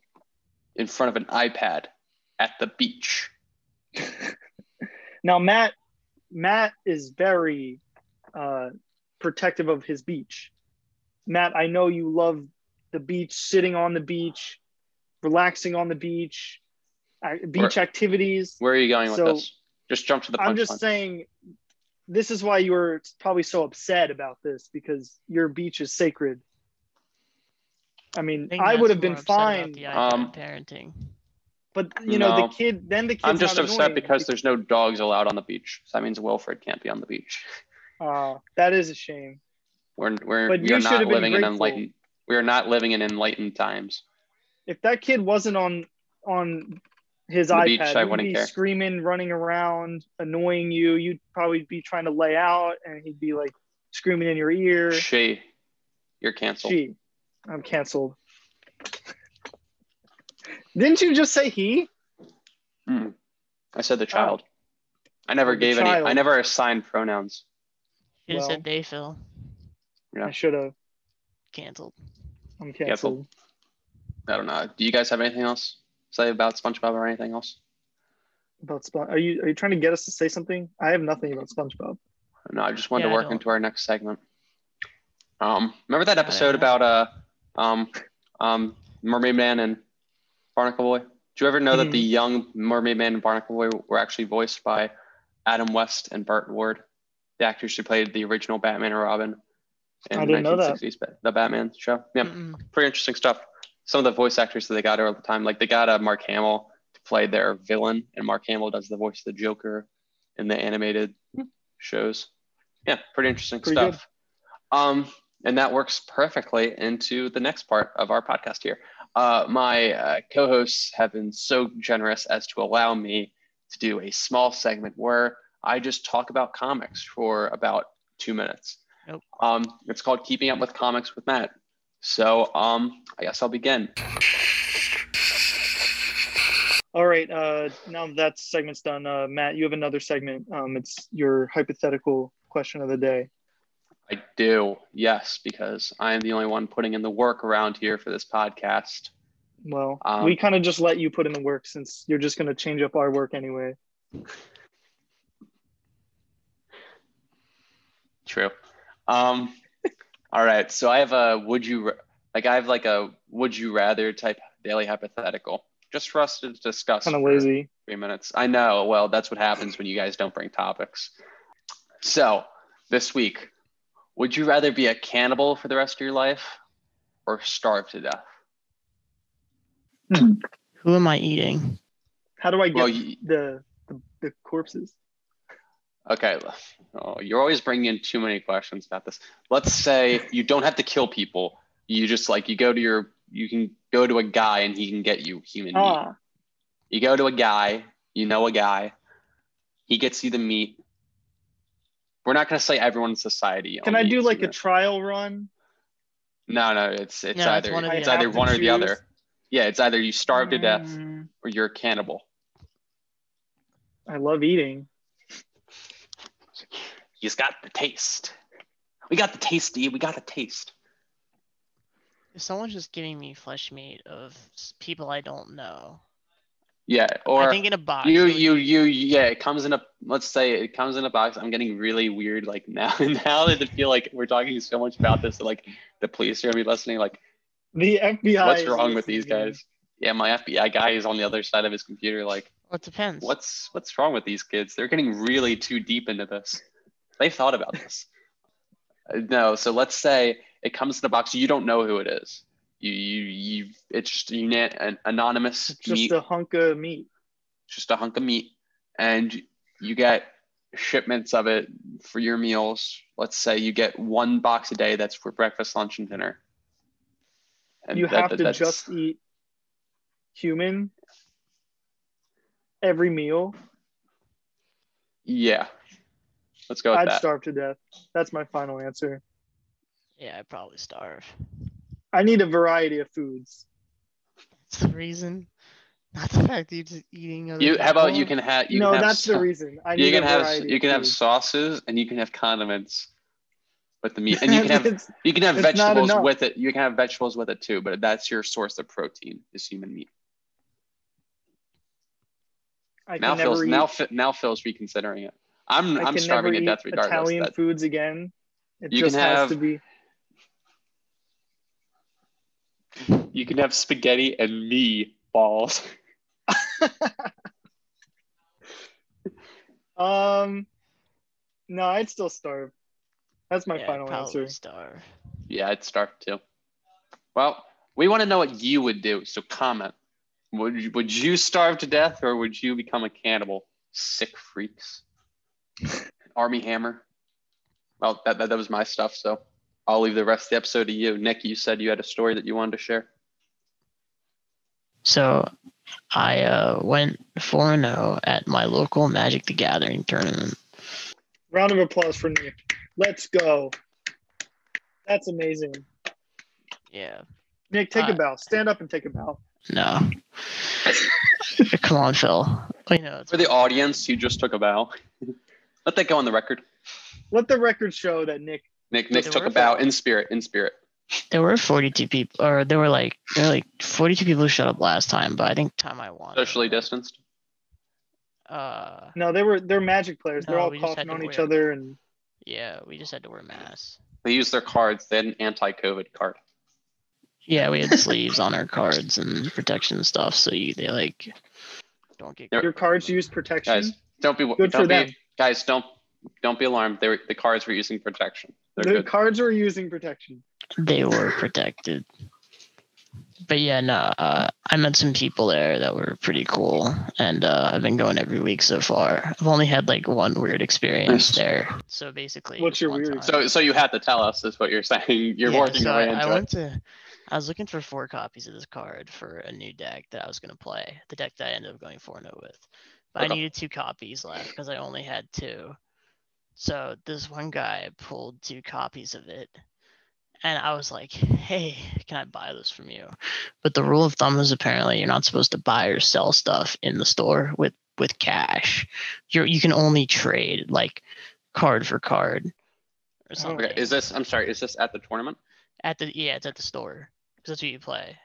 [SPEAKER 2] in front of an iPad at the beach.
[SPEAKER 1] Now Matt, Matt is very uh, protective of his beach. Matt, I know you love the beach, sitting on the beach, relaxing on the beach, ac- beach activities.
[SPEAKER 2] Where are you going with
[SPEAKER 1] So,
[SPEAKER 2] this? Just jump to the
[SPEAKER 1] I'm just
[SPEAKER 2] punchline.
[SPEAKER 1] saying, this is why you were probably so upset about this because your beach is sacred. I mean,
[SPEAKER 3] think
[SPEAKER 1] I
[SPEAKER 3] that's
[SPEAKER 1] would have
[SPEAKER 3] more
[SPEAKER 1] been
[SPEAKER 3] upset about
[SPEAKER 1] fine.
[SPEAKER 3] The iPad
[SPEAKER 2] Um,
[SPEAKER 3] parenting.
[SPEAKER 1] But you know,
[SPEAKER 2] No.
[SPEAKER 1] the kid then the kid's
[SPEAKER 2] I'm just
[SPEAKER 1] not
[SPEAKER 2] upset
[SPEAKER 1] annoying.
[SPEAKER 2] because there's no dogs allowed on the beach. So that means Wilfred can't be on the beach.
[SPEAKER 1] uh, that is a shame.
[SPEAKER 2] We're we're
[SPEAKER 1] But
[SPEAKER 2] we
[SPEAKER 1] you
[SPEAKER 2] are
[SPEAKER 1] should have
[SPEAKER 2] not
[SPEAKER 1] been
[SPEAKER 2] living in
[SPEAKER 1] grateful.
[SPEAKER 2] enlightened. We are not living in enlightened times.
[SPEAKER 1] If that kid wasn't on on his
[SPEAKER 2] On the beach, I
[SPEAKER 1] iPad, he'd
[SPEAKER 2] wouldn't
[SPEAKER 1] be
[SPEAKER 2] care.
[SPEAKER 1] screaming, running around, annoying you. You'd probably be trying to lay out, and he'd be like screaming in your ear.
[SPEAKER 2] She, you're canceled.
[SPEAKER 1] Gee, I'm canceled. Didn't you just say he?
[SPEAKER 2] I said the child. I never
[SPEAKER 1] The
[SPEAKER 2] gave any. I
[SPEAKER 1] child.
[SPEAKER 2] never assigned pronouns.
[SPEAKER 3] Should have
[SPEAKER 1] Well.
[SPEAKER 3] said they Phil.
[SPEAKER 2] Yeah.
[SPEAKER 1] I should have.
[SPEAKER 3] Canceled.
[SPEAKER 1] I'm
[SPEAKER 2] Canceled.
[SPEAKER 1] canceled.
[SPEAKER 2] I don't know. Do you guys have anything else to say about SpongeBob or anything else?
[SPEAKER 1] About Spon- are you are you trying to get us to say something? I have nothing about SpongeBob.
[SPEAKER 2] No, I just wanted
[SPEAKER 3] Yeah,
[SPEAKER 2] to
[SPEAKER 3] I
[SPEAKER 2] work
[SPEAKER 3] don't.
[SPEAKER 2] into our next segment. Um, remember that
[SPEAKER 3] Got it.
[SPEAKER 2] episode about uh, um, um, Mermaid Man and Barnacle Boy? Did you ever know that the
[SPEAKER 1] Hmm.
[SPEAKER 2] young Mermaid Man and Barnacle Boy were actually voiced by Adam West and Burt Ward, the actors who played the original Batman and Robin in
[SPEAKER 1] I didn't know that.
[SPEAKER 2] 1960s, Ba- the Batman show? Yeah,
[SPEAKER 3] Mm-mm.
[SPEAKER 2] pretty interesting stuff. Some of the voice actors that they got over the time, like they got uh, Mark Hamill to play their villain, and Mark Hamill does the voice of the Joker in the animated shows. Yeah, pretty interesting
[SPEAKER 1] Pretty
[SPEAKER 2] stuff. Um, and that works perfectly into the next part of our podcast here. Uh, my uh, co hosts have been so generous as to allow me to do a small segment where I just talk about comics for about two minutes.
[SPEAKER 3] Nope.
[SPEAKER 2] Um, it's called Keeping Up with Comics with Matt. So um, I guess I'll begin.
[SPEAKER 1] All right. Uh, now that segment's done, uh, Matt, you have another segment. Um, it's your hypothetical question of the day.
[SPEAKER 2] I do, yes, because I am the only one putting in the work around here for this podcast.
[SPEAKER 1] Well,
[SPEAKER 2] Um,
[SPEAKER 1] we kind of just let you put in the work since you're just going to change up our work anyway.
[SPEAKER 2] True. Um, all right. So I have a would you ra- like I have like a would you rather type daily hypothetical just for us to discuss.
[SPEAKER 1] Kind of
[SPEAKER 2] for
[SPEAKER 1] lazy.
[SPEAKER 2] Three minutes. I know. Well, that's what happens when you guys don't bring topics. So this week, would you rather be a cannibal for the rest of your life or starve to death?
[SPEAKER 3] Who am I eating?
[SPEAKER 1] How do I get
[SPEAKER 2] Well, you,
[SPEAKER 1] the, the the corpses?
[SPEAKER 2] Okay. l- Oh, you're always bringing in too many questions about this. Let's say you don't have to kill people. You just like you go to your you can go to a guy and he can get you human meat.
[SPEAKER 1] Ah,
[SPEAKER 2] You go to a guy, you know a guy. He gets you the meat. We're not going to say everyone in society.
[SPEAKER 1] can
[SPEAKER 2] only
[SPEAKER 1] I do
[SPEAKER 2] eats
[SPEAKER 1] like a
[SPEAKER 2] meat.
[SPEAKER 1] trial run?
[SPEAKER 2] No, no, it's it's
[SPEAKER 3] No, it's
[SPEAKER 2] either it's,
[SPEAKER 3] one or
[SPEAKER 1] other.
[SPEAKER 3] the
[SPEAKER 2] either one or the
[SPEAKER 1] I have to
[SPEAKER 2] other. Yeah, it's either you starve to death
[SPEAKER 3] Mm,
[SPEAKER 2] or you're a cannibal.
[SPEAKER 1] I love eating.
[SPEAKER 2] He's got the taste. We got the taste, D. We got the taste.
[SPEAKER 3] If someone's just giving me flesh meat of s- people I don't know,
[SPEAKER 2] Yeah, or
[SPEAKER 3] I think in a box.
[SPEAKER 2] you
[SPEAKER 3] it would
[SPEAKER 2] you
[SPEAKER 3] be-
[SPEAKER 2] you yeah it comes in a let's say it comes in a box i'm getting really weird like now now that i feel like we're talking so much about this that, like the police are gonna be listening like
[SPEAKER 1] The FBI.
[SPEAKER 2] what's
[SPEAKER 1] is
[SPEAKER 2] wrong with these
[SPEAKER 1] listening.
[SPEAKER 2] guys yeah my fbi guy is on the other side of his computer like
[SPEAKER 3] Well, it depends.
[SPEAKER 2] what's what's wrong with these kids they're getting really too deep into this they've thought about this Uh, no so let's say it comes in a box you don't know who it is you you, you it's just a unan- an anonymous
[SPEAKER 1] It's Just
[SPEAKER 2] meat
[SPEAKER 1] a hunk of meat.
[SPEAKER 2] just a hunk of meat and you get shipments of it for your meals let's say you get one box a day that's for breakfast lunch and dinner
[SPEAKER 1] you
[SPEAKER 2] that-
[SPEAKER 1] have
[SPEAKER 2] that-
[SPEAKER 1] to
[SPEAKER 2] that's-
[SPEAKER 1] just eat human every meal.
[SPEAKER 2] yeah let's go with
[SPEAKER 1] I'd
[SPEAKER 2] that
[SPEAKER 1] starve to death. That's my final answer.
[SPEAKER 3] Yeah, I'd probably starve.
[SPEAKER 1] I need a variety of foods.
[SPEAKER 3] That's the reason. Not the fact that you're just eating other
[SPEAKER 2] you how about you
[SPEAKER 3] people.
[SPEAKER 2] can have you
[SPEAKER 1] no,
[SPEAKER 2] can have
[SPEAKER 1] that's
[SPEAKER 2] sa-
[SPEAKER 1] the reason. I need
[SPEAKER 2] you can
[SPEAKER 1] a
[SPEAKER 2] have
[SPEAKER 1] variety
[SPEAKER 2] you
[SPEAKER 1] of
[SPEAKER 2] can have
[SPEAKER 1] foods.
[SPEAKER 2] sauces and you can have condiments with the meat and you can have
[SPEAKER 1] It's-
[SPEAKER 2] you can have
[SPEAKER 1] it's not
[SPEAKER 2] vegetables
[SPEAKER 1] enough.
[SPEAKER 2] with it you can have vegetables with it too but that's your source of protein is human meat
[SPEAKER 1] I can
[SPEAKER 2] now
[SPEAKER 1] never
[SPEAKER 2] phil's
[SPEAKER 1] eat,
[SPEAKER 2] now, Phil- now phil's reconsidering it i'm
[SPEAKER 1] I
[SPEAKER 2] i'm
[SPEAKER 1] can never
[SPEAKER 2] starving to
[SPEAKER 1] eat
[SPEAKER 2] death regardless
[SPEAKER 1] Italian
[SPEAKER 2] That-
[SPEAKER 1] foods again. It
[SPEAKER 2] You
[SPEAKER 1] just
[SPEAKER 2] can
[SPEAKER 1] has
[SPEAKER 2] have-
[SPEAKER 1] to be.
[SPEAKER 2] You can have spaghetti and me balls.
[SPEAKER 1] Um, no, I'd still starve. That's my
[SPEAKER 3] Yeah, I'd
[SPEAKER 1] final
[SPEAKER 3] probably
[SPEAKER 1] answer.
[SPEAKER 3] Starve.
[SPEAKER 2] Yeah, I'd starve too. Well, we want to know what you would do, so comment Would you, would you starve to death or would you become a cannibal? Sick freaks. Army Hammer. Well, that, that, that was my stuff. So I'll leave the rest of the episode to you. Nick, you said you had a story that you wanted to share.
[SPEAKER 3] So I uh, went 4 0 at my local Magic the Gathering tournament.
[SPEAKER 1] Round of applause for Nick. Let's go. That's amazing.
[SPEAKER 3] Yeah.
[SPEAKER 1] Nick, take a
[SPEAKER 3] Uh,
[SPEAKER 1] bow. Stand up and take a bow.
[SPEAKER 3] No. Come on, Phil. You know, it's
[SPEAKER 2] For the audience, you just took a bow. Let that go on the record.
[SPEAKER 1] Let the record show that Nick.
[SPEAKER 2] Nick, Nick
[SPEAKER 3] They
[SPEAKER 2] took
[SPEAKER 3] were
[SPEAKER 2] a bow in spirit, in spirit.
[SPEAKER 3] there were 42 people, or there were like there were like 42 people who showed up last time, but I think time I won.
[SPEAKER 2] Socially distanced.
[SPEAKER 3] Uh,
[SPEAKER 1] No, they were they're magic players. they're
[SPEAKER 3] No,
[SPEAKER 1] all
[SPEAKER 3] we just
[SPEAKER 1] coughing
[SPEAKER 3] had to
[SPEAKER 1] on each
[SPEAKER 3] wear-
[SPEAKER 1] other and
[SPEAKER 3] yeah, we just had to wear masks.
[SPEAKER 2] They used their cards. They had an anti-COVID card.
[SPEAKER 3] Yeah, we had sleeves on our cards and protection stuff, so you they like don't get.
[SPEAKER 2] They're-
[SPEAKER 1] your cards use
[SPEAKER 3] Hmm.
[SPEAKER 1] protection.
[SPEAKER 2] Guys, don't be
[SPEAKER 1] good
[SPEAKER 2] don't
[SPEAKER 1] for
[SPEAKER 2] be,
[SPEAKER 1] them.
[SPEAKER 2] Guys, don't don't be alarmed. They were, the cards were using protection. They're
[SPEAKER 1] The
[SPEAKER 2] good.
[SPEAKER 1] cards are using protection.
[SPEAKER 3] they were protected. But yeah, no, uh, I met some people there that were pretty cool, and uh, I've been going every week so far. I've only had like one weird experience
[SPEAKER 2] Nice.
[SPEAKER 3] there. So basically,
[SPEAKER 1] What's
[SPEAKER 3] just
[SPEAKER 1] your
[SPEAKER 3] one
[SPEAKER 1] weird
[SPEAKER 3] time.
[SPEAKER 2] So so you had to tell us is what you're saying. You're
[SPEAKER 3] Yeah,
[SPEAKER 2] working
[SPEAKER 3] so
[SPEAKER 2] your way
[SPEAKER 3] I, I
[SPEAKER 2] into it.
[SPEAKER 3] went to. I was looking for four copies of this card for a new deck that I was gonna play. The deck that I ended up going four zero with, but
[SPEAKER 2] Okay.
[SPEAKER 3] I needed two copies left because I only had two. So this one guy pulled two copies of it, and I was like, "Hey, can I buy this from you?" But the rule of thumb is apparently you're not supposed to buy or sell stuff in the store with with cash. You you can only trade like card for card or something.
[SPEAKER 2] Okay, is this? I'm sorry. Is this at the tournament?
[SPEAKER 3] At the yeah, it's at the store because that's what you play.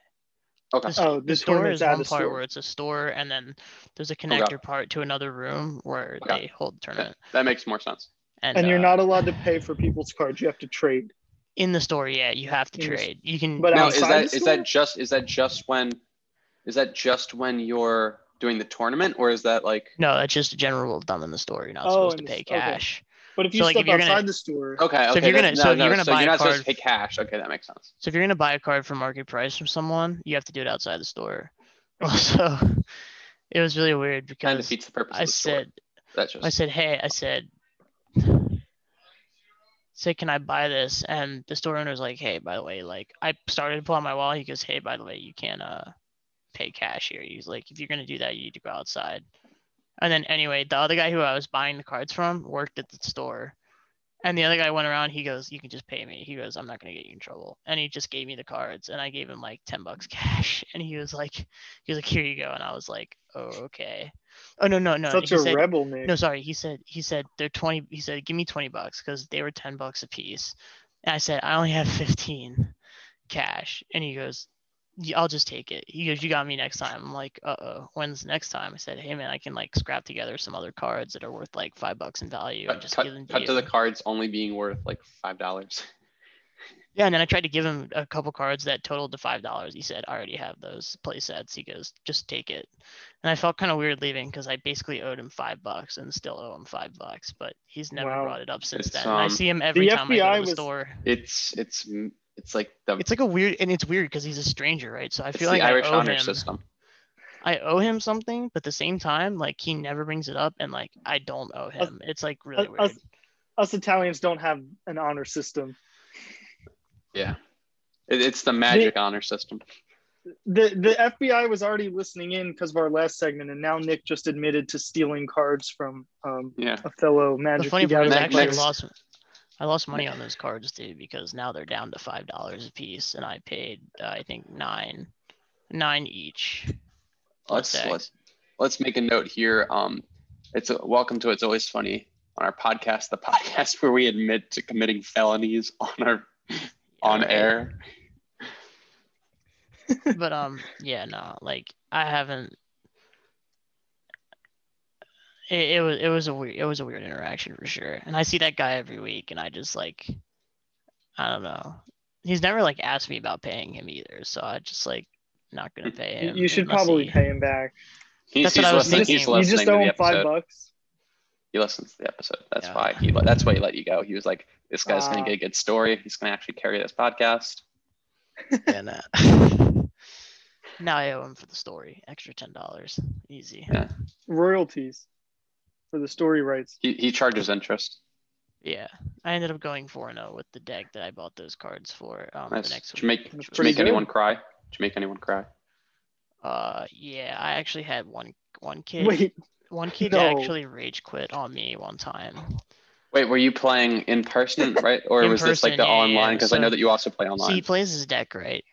[SPEAKER 2] Okay.
[SPEAKER 3] This-
[SPEAKER 1] Oh,
[SPEAKER 3] the
[SPEAKER 1] this
[SPEAKER 3] store
[SPEAKER 1] tournament's
[SPEAKER 3] is
[SPEAKER 1] out
[SPEAKER 3] one
[SPEAKER 1] of the
[SPEAKER 3] part
[SPEAKER 1] store.
[SPEAKER 3] where it's a store, and then there's a connector part to another room where
[SPEAKER 2] Okay.
[SPEAKER 3] they hold the
[SPEAKER 2] That,
[SPEAKER 3] tournament.
[SPEAKER 2] that makes more sense.
[SPEAKER 3] And,
[SPEAKER 1] and you're
[SPEAKER 3] uh,
[SPEAKER 1] not allowed to pay for people's cards. You have to trade.
[SPEAKER 3] in the store yet. You have to
[SPEAKER 1] In the s-
[SPEAKER 3] trade. You can.
[SPEAKER 1] But
[SPEAKER 2] Now is
[SPEAKER 1] outside
[SPEAKER 2] that
[SPEAKER 1] the
[SPEAKER 2] is
[SPEAKER 1] store?
[SPEAKER 2] that just is that just when is that just when you're doing the tournament or is that like
[SPEAKER 3] no, that's just a general rule of thumb in the store. You're not
[SPEAKER 1] Oh,
[SPEAKER 3] supposed to
[SPEAKER 1] in the
[SPEAKER 3] pay
[SPEAKER 1] s- okay.
[SPEAKER 3] cash.
[SPEAKER 1] But if you
[SPEAKER 3] So, like,
[SPEAKER 1] step
[SPEAKER 3] if you're gonna-
[SPEAKER 1] outside the store,
[SPEAKER 2] okay okay
[SPEAKER 3] if you're
[SPEAKER 2] that-
[SPEAKER 3] gonna-
[SPEAKER 2] no,
[SPEAKER 3] so if
[SPEAKER 2] no,
[SPEAKER 3] you're gonna
[SPEAKER 2] so
[SPEAKER 3] buy a
[SPEAKER 2] you're not supposed to
[SPEAKER 3] card-
[SPEAKER 2] pay cash okay that makes sense
[SPEAKER 3] So if you're gonna buy a card for market price from someone, you have to do it outside the store. Also, it was really weird
[SPEAKER 2] kind of
[SPEAKER 3] because
[SPEAKER 2] defeats the purpose
[SPEAKER 3] I
[SPEAKER 2] of the store.
[SPEAKER 3] said
[SPEAKER 2] that's just
[SPEAKER 3] I said, hey, I said, say, can I buy this? And the store owner was like, hey, by the way, like, I started to pull out my wallet. He goes, hey, by the way, you can't uh, pay cash here. He's like, if you're going to do that, you need to go outside. And then, anyway, the other guy who I was buying the cards from worked at the store. And the other guy went around. He goes, you can just pay me. He goes, I'm not going to get you in trouble. And he just gave me the cards. And I gave him like 10 bucks cash. And he was like, he was like, here you go. And I was like, oh, okay. Oh, no, no, no.
[SPEAKER 1] such
[SPEAKER 3] he
[SPEAKER 1] a
[SPEAKER 3] said-
[SPEAKER 1] rebel, Nick.
[SPEAKER 3] no, sorry. He said he said they're twenty. He said give me twenty bucks because they were ten bucks a piece. And I said I only have fifteen cash, and he goes, "Y- I'll just take it. He goes, you got me next time. I'm like, uh oh, when's next time? I said, hey man, I can like scrap together some other cards that are worth like five bucks in value and
[SPEAKER 2] cut,
[SPEAKER 3] just
[SPEAKER 2] cut,
[SPEAKER 3] give them to
[SPEAKER 2] cut
[SPEAKER 3] you.
[SPEAKER 2] to the cards only being worth like five dollars
[SPEAKER 3] yeah, and then I tried to give him a couple cards that totaled to five dollars. He said I already have those play sets. He goes, just take it. And I felt kind of weird leaving because I basically owed him five bucks and still owe him five bucks, but he's never
[SPEAKER 1] Wow.
[SPEAKER 3] brought it up since
[SPEAKER 2] It's,
[SPEAKER 3] then. and I
[SPEAKER 2] um,
[SPEAKER 3] see him every
[SPEAKER 1] the
[SPEAKER 3] time I go
[SPEAKER 1] FBI
[SPEAKER 3] to the
[SPEAKER 1] was-
[SPEAKER 3] store.
[SPEAKER 2] it's it's it's like the
[SPEAKER 3] It's like a weird, and it's weird because he's a stranger, right? So I
[SPEAKER 2] it's
[SPEAKER 3] feel
[SPEAKER 2] the
[SPEAKER 3] like
[SPEAKER 2] Irish
[SPEAKER 3] I owe
[SPEAKER 2] honor
[SPEAKER 3] him,
[SPEAKER 2] system
[SPEAKER 3] I owe him something, but at the same time, like he never brings it up, and like I don't
[SPEAKER 2] Uh,
[SPEAKER 3] owe him. It's like really
[SPEAKER 1] us-
[SPEAKER 3] weird.
[SPEAKER 1] Us Italians don't have an honor system.
[SPEAKER 2] yeah it, it's the magic honor system
[SPEAKER 1] The the FBI was already listening in because of our last segment, and now Nick just admitted to stealing cards from um,
[SPEAKER 2] yeah
[SPEAKER 1] a fellow
[SPEAKER 3] the
[SPEAKER 1] Magic
[SPEAKER 3] funny
[SPEAKER 1] the
[SPEAKER 3] part is
[SPEAKER 2] Ne-
[SPEAKER 1] Gathering player.
[SPEAKER 3] actually
[SPEAKER 2] next-
[SPEAKER 3] I lost I lost money on those cards too because now they're down to five dollars a piece and I paid uh, I think nine nine each.
[SPEAKER 2] let's
[SPEAKER 3] Plus
[SPEAKER 2] let's let's make a note here. Um, it's a, welcome to it's always funny on our podcast, the podcast where we admit to committing felonies on our on
[SPEAKER 3] right?
[SPEAKER 2] air.
[SPEAKER 3] but um yeah no like I haven't it, it was it was a weird it was a weird interaction for sure and I see that guy every week and I just like I don't know he's never like asked me about paying him either so I just like not gonna pay
[SPEAKER 1] You-
[SPEAKER 3] him
[SPEAKER 1] You should
[SPEAKER 3] unless
[SPEAKER 1] probably
[SPEAKER 3] he-
[SPEAKER 1] pay him back.
[SPEAKER 2] He's,
[SPEAKER 3] That's what
[SPEAKER 2] he's
[SPEAKER 3] I was
[SPEAKER 2] listening.
[SPEAKER 1] You
[SPEAKER 2] He's
[SPEAKER 3] thinking.
[SPEAKER 1] just,
[SPEAKER 2] listening
[SPEAKER 1] you just
[SPEAKER 2] to
[SPEAKER 1] owe
[SPEAKER 2] the
[SPEAKER 1] him
[SPEAKER 2] episode.
[SPEAKER 1] five bucks.
[SPEAKER 2] He listens to the episode. That's
[SPEAKER 3] Yeah. Uh.
[SPEAKER 2] why he. That's why he let you go. He was like, "This guy's
[SPEAKER 1] Ah.
[SPEAKER 2] gonna get a good story. He's gonna actually carry this podcast."
[SPEAKER 3] yeah, nah. Now I owe him for the story. Extra ten dollars. Easy.
[SPEAKER 2] Yeah.
[SPEAKER 1] royalties for the story rights.
[SPEAKER 2] He, he charges interest.
[SPEAKER 3] Yeah. I ended up going four and zero with the deck that I bought those cards for. Um,
[SPEAKER 2] Nice.
[SPEAKER 3] the next
[SPEAKER 2] Did
[SPEAKER 3] week.
[SPEAKER 2] you make,
[SPEAKER 1] That's
[SPEAKER 2] did you
[SPEAKER 1] pretty
[SPEAKER 2] make
[SPEAKER 1] good.
[SPEAKER 2] anyone cry? Did you make anyone cry?
[SPEAKER 3] Uh, yeah. I actually had one one kid.
[SPEAKER 1] Wait,
[SPEAKER 3] one kid
[SPEAKER 1] no.
[SPEAKER 3] actually rage quit on me one time.
[SPEAKER 2] Wait, were you playing in person, right? Or
[SPEAKER 3] In
[SPEAKER 2] was this like
[SPEAKER 3] person,
[SPEAKER 2] the
[SPEAKER 3] yeah,
[SPEAKER 2] all
[SPEAKER 3] yeah,
[SPEAKER 2] online? Because I
[SPEAKER 3] so-
[SPEAKER 2] know that you also play
[SPEAKER 3] So he
[SPEAKER 2] online.
[SPEAKER 3] plays his deck right,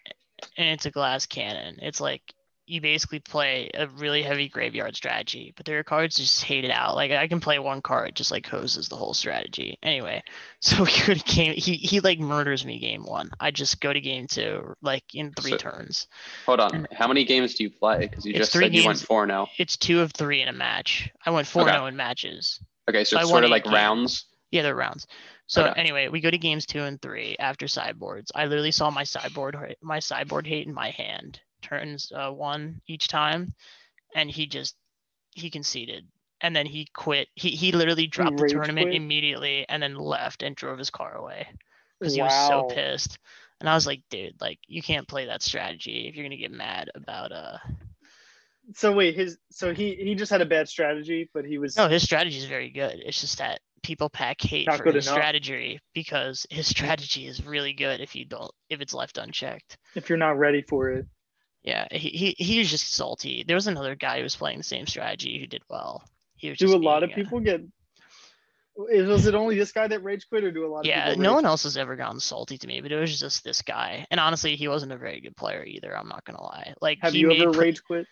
[SPEAKER 3] and it's a glass cannon. It's like you basically play a really heavy graveyard strategy, but there are cards just hated out. Like I can play one card it just like hoses the whole strategy. Anyway, so we go to game. He he like murders me game one. I just go to game two like in three
[SPEAKER 2] So-
[SPEAKER 3] turns.
[SPEAKER 2] Hold on. How many games do you play? Because you
[SPEAKER 3] It's
[SPEAKER 2] just
[SPEAKER 3] three
[SPEAKER 2] said you went
[SPEAKER 3] games.
[SPEAKER 2] 4 0.
[SPEAKER 3] It's two of three in a match. I went four
[SPEAKER 2] Okay.
[SPEAKER 3] zero in matches.
[SPEAKER 2] Okay, so
[SPEAKER 3] I
[SPEAKER 2] it's
[SPEAKER 3] won
[SPEAKER 2] sort of
[SPEAKER 3] eight
[SPEAKER 2] like
[SPEAKER 3] games.
[SPEAKER 2] rounds.
[SPEAKER 3] Yeah, they're rounds. So
[SPEAKER 2] Okay.
[SPEAKER 3] anyway, we go to games two and three after sideboards. I literally saw my sideboard my sideboard hate in my hand. Turns uh, one each time, and he just he conceded, and then he quit. He he literally dropped the
[SPEAKER 1] rage
[SPEAKER 3] tournament
[SPEAKER 1] quit?
[SPEAKER 3] immediately, and then left and drove his car away because he was
[SPEAKER 1] wow.
[SPEAKER 3] so pissed. And I was like, dude, like you can't play that strategy if you're gonna get mad about uh.
[SPEAKER 1] So wait, his so he he just had a bad strategy, but he was
[SPEAKER 3] No, his strategy is very good. It's just that people pack hate
[SPEAKER 1] Not
[SPEAKER 3] for
[SPEAKER 1] good
[SPEAKER 3] his
[SPEAKER 1] enough.
[SPEAKER 3] strategy because his strategy is really good if you don't if it's left unchecked.
[SPEAKER 1] if you're not ready for it.
[SPEAKER 3] Yeah, he he, he was just salty. There was another guy who was playing the same strategy who did well. He was
[SPEAKER 1] Do
[SPEAKER 3] just
[SPEAKER 1] a lot of
[SPEAKER 3] being
[SPEAKER 1] people get? Is was it only this guy that rage quit, or do a lot of
[SPEAKER 3] yeah,
[SPEAKER 1] people?
[SPEAKER 3] no
[SPEAKER 1] rage-
[SPEAKER 3] one else has ever gotten salty to me, but it was just this guy. And honestly, he wasn't a very good player either. I'm not gonna lie. Like
[SPEAKER 1] Have
[SPEAKER 3] he
[SPEAKER 1] you
[SPEAKER 3] made
[SPEAKER 1] ever
[SPEAKER 3] pl-
[SPEAKER 1] rage quit?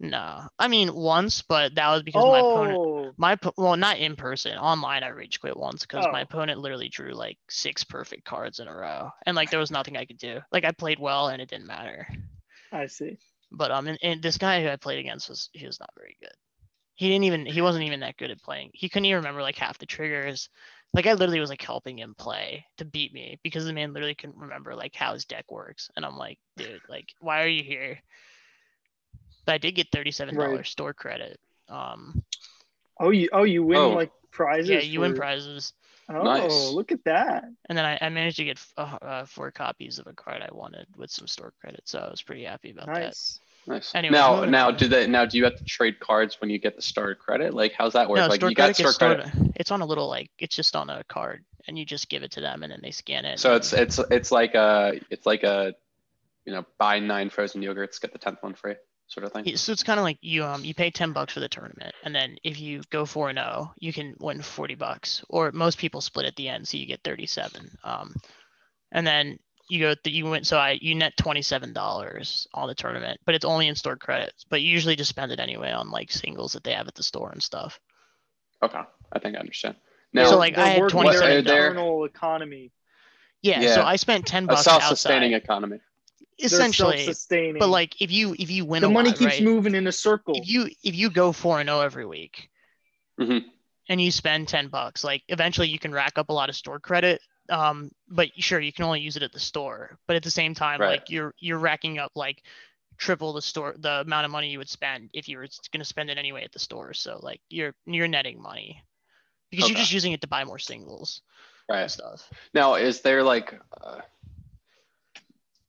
[SPEAKER 3] No, I mean once, but that was because my opponent
[SPEAKER 1] Oh,
[SPEAKER 3] My po- well, not in person. Online, I rage quit once because my
[SPEAKER 1] Oh.
[SPEAKER 3] opponent literally drew like six perfect cards in a row, and like there was nothing I could do. Like I played well, and it didn't matter.
[SPEAKER 1] I see.
[SPEAKER 3] But um, and, and this guy who I played against was he was not very good. He didn't even he wasn't even that good at playing. He couldn't even remember like half the triggers. Like I literally was like helping him play to beat me because the man literally couldn't remember like how his deck works. And I'm like, dude, like why are you here? But I did get thirty seven dollars
[SPEAKER 1] Right.
[SPEAKER 3] store credit. Um,
[SPEAKER 1] Oh, you oh you win
[SPEAKER 2] Oh.
[SPEAKER 1] like prizes.
[SPEAKER 3] yeah, you win
[SPEAKER 1] for-
[SPEAKER 3] prizes.
[SPEAKER 1] Oh,
[SPEAKER 2] Nice.
[SPEAKER 1] look at that.
[SPEAKER 3] and then I, I managed to get f- uh, uh, four copies of a card I wanted with some store credit, so I was pretty happy about
[SPEAKER 1] Nice.
[SPEAKER 2] Nice.
[SPEAKER 3] Anyway,
[SPEAKER 2] now,
[SPEAKER 3] moving
[SPEAKER 2] now,
[SPEAKER 3] on.
[SPEAKER 2] do they, now, do you have to trade cards when you get the star credit? Like, how's that
[SPEAKER 3] that.
[SPEAKER 2] work?
[SPEAKER 3] No,
[SPEAKER 2] like,
[SPEAKER 3] store
[SPEAKER 2] you
[SPEAKER 3] credit
[SPEAKER 2] got
[SPEAKER 3] gets
[SPEAKER 2] star credit,
[SPEAKER 3] stored. It's on a little like it's just on a card, and you just give it to them, and then they scan it.
[SPEAKER 2] so
[SPEAKER 3] and-
[SPEAKER 2] it's it's it's like a it's like a, you know, buy nine frozen yogurts, get the tenth one free, sort of thing.
[SPEAKER 3] Yeah, so it's kind of like you um you pay ten bucks for the tournament, and then if you go four and zero, you can win forty bucks. Or most people split at the end, so you get thirty seven. Um, and then you go th- you went so I you net twenty seven dollars on the tournament, but it's only in store credits. But you usually just spend it anyway on like singles that they have at the store and stuff.
[SPEAKER 2] Okay, I think I understand. Now,
[SPEAKER 3] So, like, I had
[SPEAKER 1] They're working their
[SPEAKER 2] 27 there.
[SPEAKER 1] internal economy.
[SPEAKER 3] Yeah,
[SPEAKER 2] Yeah.
[SPEAKER 3] so I spent ten
[SPEAKER 2] a
[SPEAKER 3] bucks
[SPEAKER 2] self-sustaining
[SPEAKER 3] outside,
[SPEAKER 2] economy.
[SPEAKER 1] They're
[SPEAKER 3] essentially.
[SPEAKER 1] self-sustaining.
[SPEAKER 3] But like if you if you win
[SPEAKER 1] the
[SPEAKER 3] a
[SPEAKER 1] money
[SPEAKER 3] lot,
[SPEAKER 1] keeps
[SPEAKER 3] right,
[SPEAKER 1] moving in a circle.
[SPEAKER 3] if you if you go four and zero every week,
[SPEAKER 2] Mhm.
[SPEAKER 3] and you spend ten bucks, like eventually you can rack up a lot of store credit. Um, but sure, you can only use it at the store. But at the same time,
[SPEAKER 2] Right.
[SPEAKER 3] like you're you're racking up like triple the store the amount of money you would spend if you were going to spend it anyway at the store. So like you're you're netting money because you're
[SPEAKER 2] Okay.
[SPEAKER 3] just using it to buy more singles and
[SPEAKER 2] Right.
[SPEAKER 3] stuff.
[SPEAKER 2] Now, is there like, uh,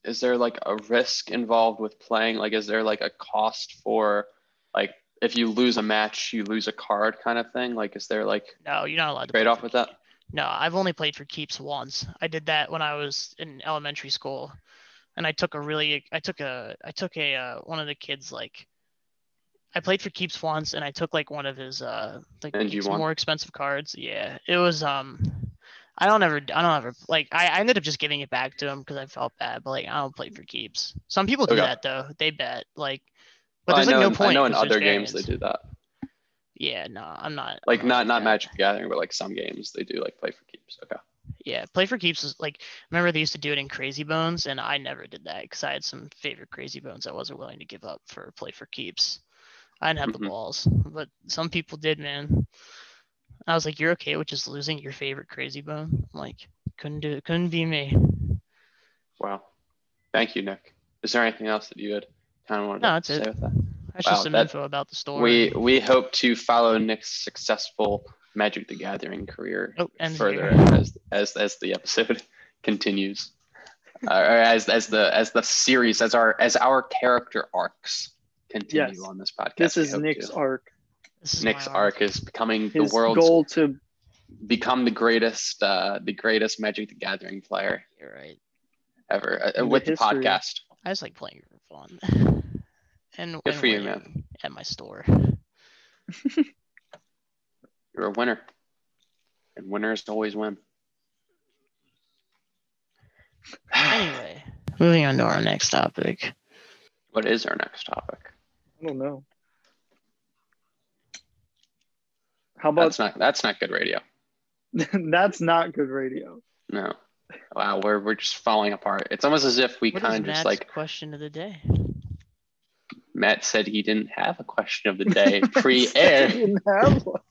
[SPEAKER 2] is there like a risk involved with playing? Like, is there like a cost for, like, if you lose a match, you lose a card kind of thing? Like, is there like
[SPEAKER 3] No, you're not allowed to play
[SPEAKER 2] trade off
[SPEAKER 3] for
[SPEAKER 2] with
[SPEAKER 3] keep-
[SPEAKER 2] that?
[SPEAKER 3] No, I've only played for keeps once. I did that when I was in elementary school, and I took a really, I took a, I took a uh, one of the kids like, I played for keeps once, and I took like one of his uh like
[SPEAKER 2] And you
[SPEAKER 3] his
[SPEAKER 2] won?
[SPEAKER 3] more expensive cards. Yeah, it was um, I don't ever, I don't ever like I, I ended up just giving it back to him because I felt bad, but like I don't play for keeps. Some people do
[SPEAKER 2] Okay.
[SPEAKER 3] that though; they bet like, but
[SPEAKER 2] Well,
[SPEAKER 3] there's like
[SPEAKER 2] I know,
[SPEAKER 3] no point.
[SPEAKER 2] I know in
[SPEAKER 3] 'cause there's
[SPEAKER 2] other games they
[SPEAKER 3] variance.
[SPEAKER 2] do that.
[SPEAKER 3] Yeah, no, I'm not. I'm
[SPEAKER 2] Like, not not
[SPEAKER 3] that.
[SPEAKER 2] Magic the Gathering, but like some games they do like play for keeps. Okay.
[SPEAKER 3] Yeah, play for keeps is like remember they used to do it in Crazy Bones, and I never did that because I had some favorite Crazy Bones I wasn't willing to give up for play for keeps. I didn't have
[SPEAKER 2] Mhm.
[SPEAKER 3] the balls, but some people did, man. I was like, "You're okay with just losing your favorite Crazy Bone?" I'm like, "Couldn't do it. Couldn't be me."
[SPEAKER 2] Wow. Thank you, Nick. Is there anything else that you had kind of wanted
[SPEAKER 3] No,
[SPEAKER 2] to
[SPEAKER 3] that's
[SPEAKER 2] say
[SPEAKER 3] it.
[SPEAKER 2] with that?
[SPEAKER 3] That's
[SPEAKER 2] Wow,
[SPEAKER 3] just some
[SPEAKER 2] that-
[SPEAKER 3] info about the store.
[SPEAKER 2] We we hope to follow Nick's successful Magic the Gathering career
[SPEAKER 3] oh, and
[SPEAKER 2] further
[SPEAKER 3] here.
[SPEAKER 2] as, as as the episode continues. uh, or as as the as the series as our as our character arcs continue
[SPEAKER 1] Yes.
[SPEAKER 2] on this podcast.
[SPEAKER 1] This
[SPEAKER 2] we
[SPEAKER 1] is
[SPEAKER 2] hope
[SPEAKER 1] Nick's
[SPEAKER 2] to.
[SPEAKER 1] arc.
[SPEAKER 3] This is my
[SPEAKER 2] Nick's arc is becoming
[SPEAKER 1] His
[SPEAKER 2] the world's
[SPEAKER 1] goal to
[SPEAKER 2] become the greatest uh, the greatest Magic the Gathering player
[SPEAKER 3] You're right.
[SPEAKER 2] ever uh,
[SPEAKER 1] In
[SPEAKER 2] with
[SPEAKER 1] the
[SPEAKER 2] the
[SPEAKER 1] history.
[SPEAKER 2] podcast.
[SPEAKER 3] I just like playing for fun. And
[SPEAKER 2] Good
[SPEAKER 3] and
[SPEAKER 2] for you,
[SPEAKER 3] winning
[SPEAKER 2] man.
[SPEAKER 3] At my store.
[SPEAKER 2] You're a winner, and winners always win.
[SPEAKER 3] Anyway, moving on to our next topic.
[SPEAKER 2] what is our next topic?
[SPEAKER 1] I don't know. How about
[SPEAKER 2] That's not that's not good radio.
[SPEAKER 1] that's not good radio.
[SPEAKER 2] No. Wow, we're we're just falling apart. It's almost as if we
[SPEAKER 3] What is
[SPEAKER 2] kind of
[SPEAKER 3] Matt's
[SPEAKER 2] just like
[SPEAKER 3] question of the day?
[SPEAKER 2] Matt said he didn't have a question of the day pre-air.
[SPEAKER 1] Didn't have one.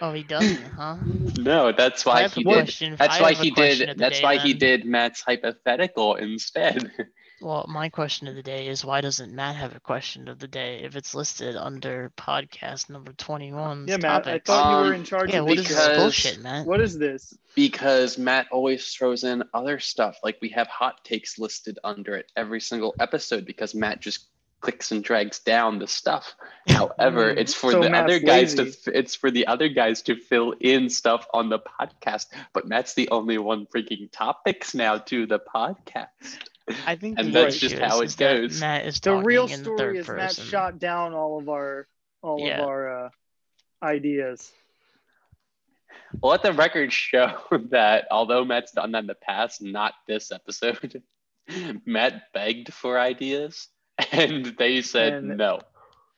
[SPEAKER 3] Oh, he doesn't, huh?
[SPEAKER 2] no, that's
[SPEAKER 3] I
[SPEAKER 2] why
[SPEAKER 3] have
[SPEAKER 2] he
[SPEAKER 3] a
[SPEAKER 2] did.
[SPEAKER 3] question. If
[SPEAKER 2] That's
[SPEAKER 3] I
[SPEAKER 2] why
[SPEAKER 3] have a
[SPEAKER 2] he
[SPEAKER 3] question of
[SPEAKER 2] did.
[SPEAKER 3] the
[SPEAKER 2] That's
[SPEAKER 3] day,
[SPEAKER 2] why he
[SPEAKER 3] then-
[SPEAKER 2] did Matt's hypothetical instead.
[SPEAKER 3] Well, my question of the day is why doesn't Matt have a question of the day if it's listed under podcast number 21?
[SPEAKER 1] Yeah, Matt. I
[SPEAKER 3] topics?
[SPEAKER 1] thought you were
[SPEAKER 2] Um,
[SPEAKER 1] in charge
[SPEAKER 3] yeah,
[SPEAKER 1] of
[SPEAKER 3] what is
[SPEAKER 1] this.
[SPEAKER 3] this
[SPEAKER 2] because-
[SPEAKER 3] bullshit, Matt?
[SPEAKER 1] What is this?
[SPEAKER 2] because Matt always throws in other stuff. Like we have hot takes listed under it every single episode because Matt just clicks and drags down the stuff. However,
[SPEAKER 1] Mm,
[SPEAKER 2] it's for
[SPEAKER 1] so
[SPEAKER 2] the
[SPEAKER 1] Matt's
[SPEAKER 2] other guys
[SPEAKER 1] lazy.
[SPEAKER 2] to it's for the other guys to fill in stuff on the podcast. But Matt's the only one bringing topics now to the podcast.
[SPEAKER 3] I think
[SPEAKER 2] and
[SPEAKER 3] the
[SPEAKER 2] that's just
[SPEAKER 3] issue is-
[SPEAKER 2] how it
[SPEAKER 3] is that
[SPEAKER 2] goes.
[SPEAKER 3] Matt is
[SPEAKER 1] the
[SPEAKER 3] talking
[SPEAKER 1] real
[SPEAKER 3] in the
[SPEAKER 1] story
[SPEAKER 3] third
[SPEAKER 1] is Matt
[SPEAKER 3] person.
[SPEAKER 1] shot down all of our all
[SPEAKER 3] Yeah.
[SPEAKER 1] of our uh, ideas.
[SPEAKER 2] Let the record show that although Matt's done that in the past, not this episode, Matt begged for ideas and they said
[SPEAKER 1] And-
[SPEAKER 2] no.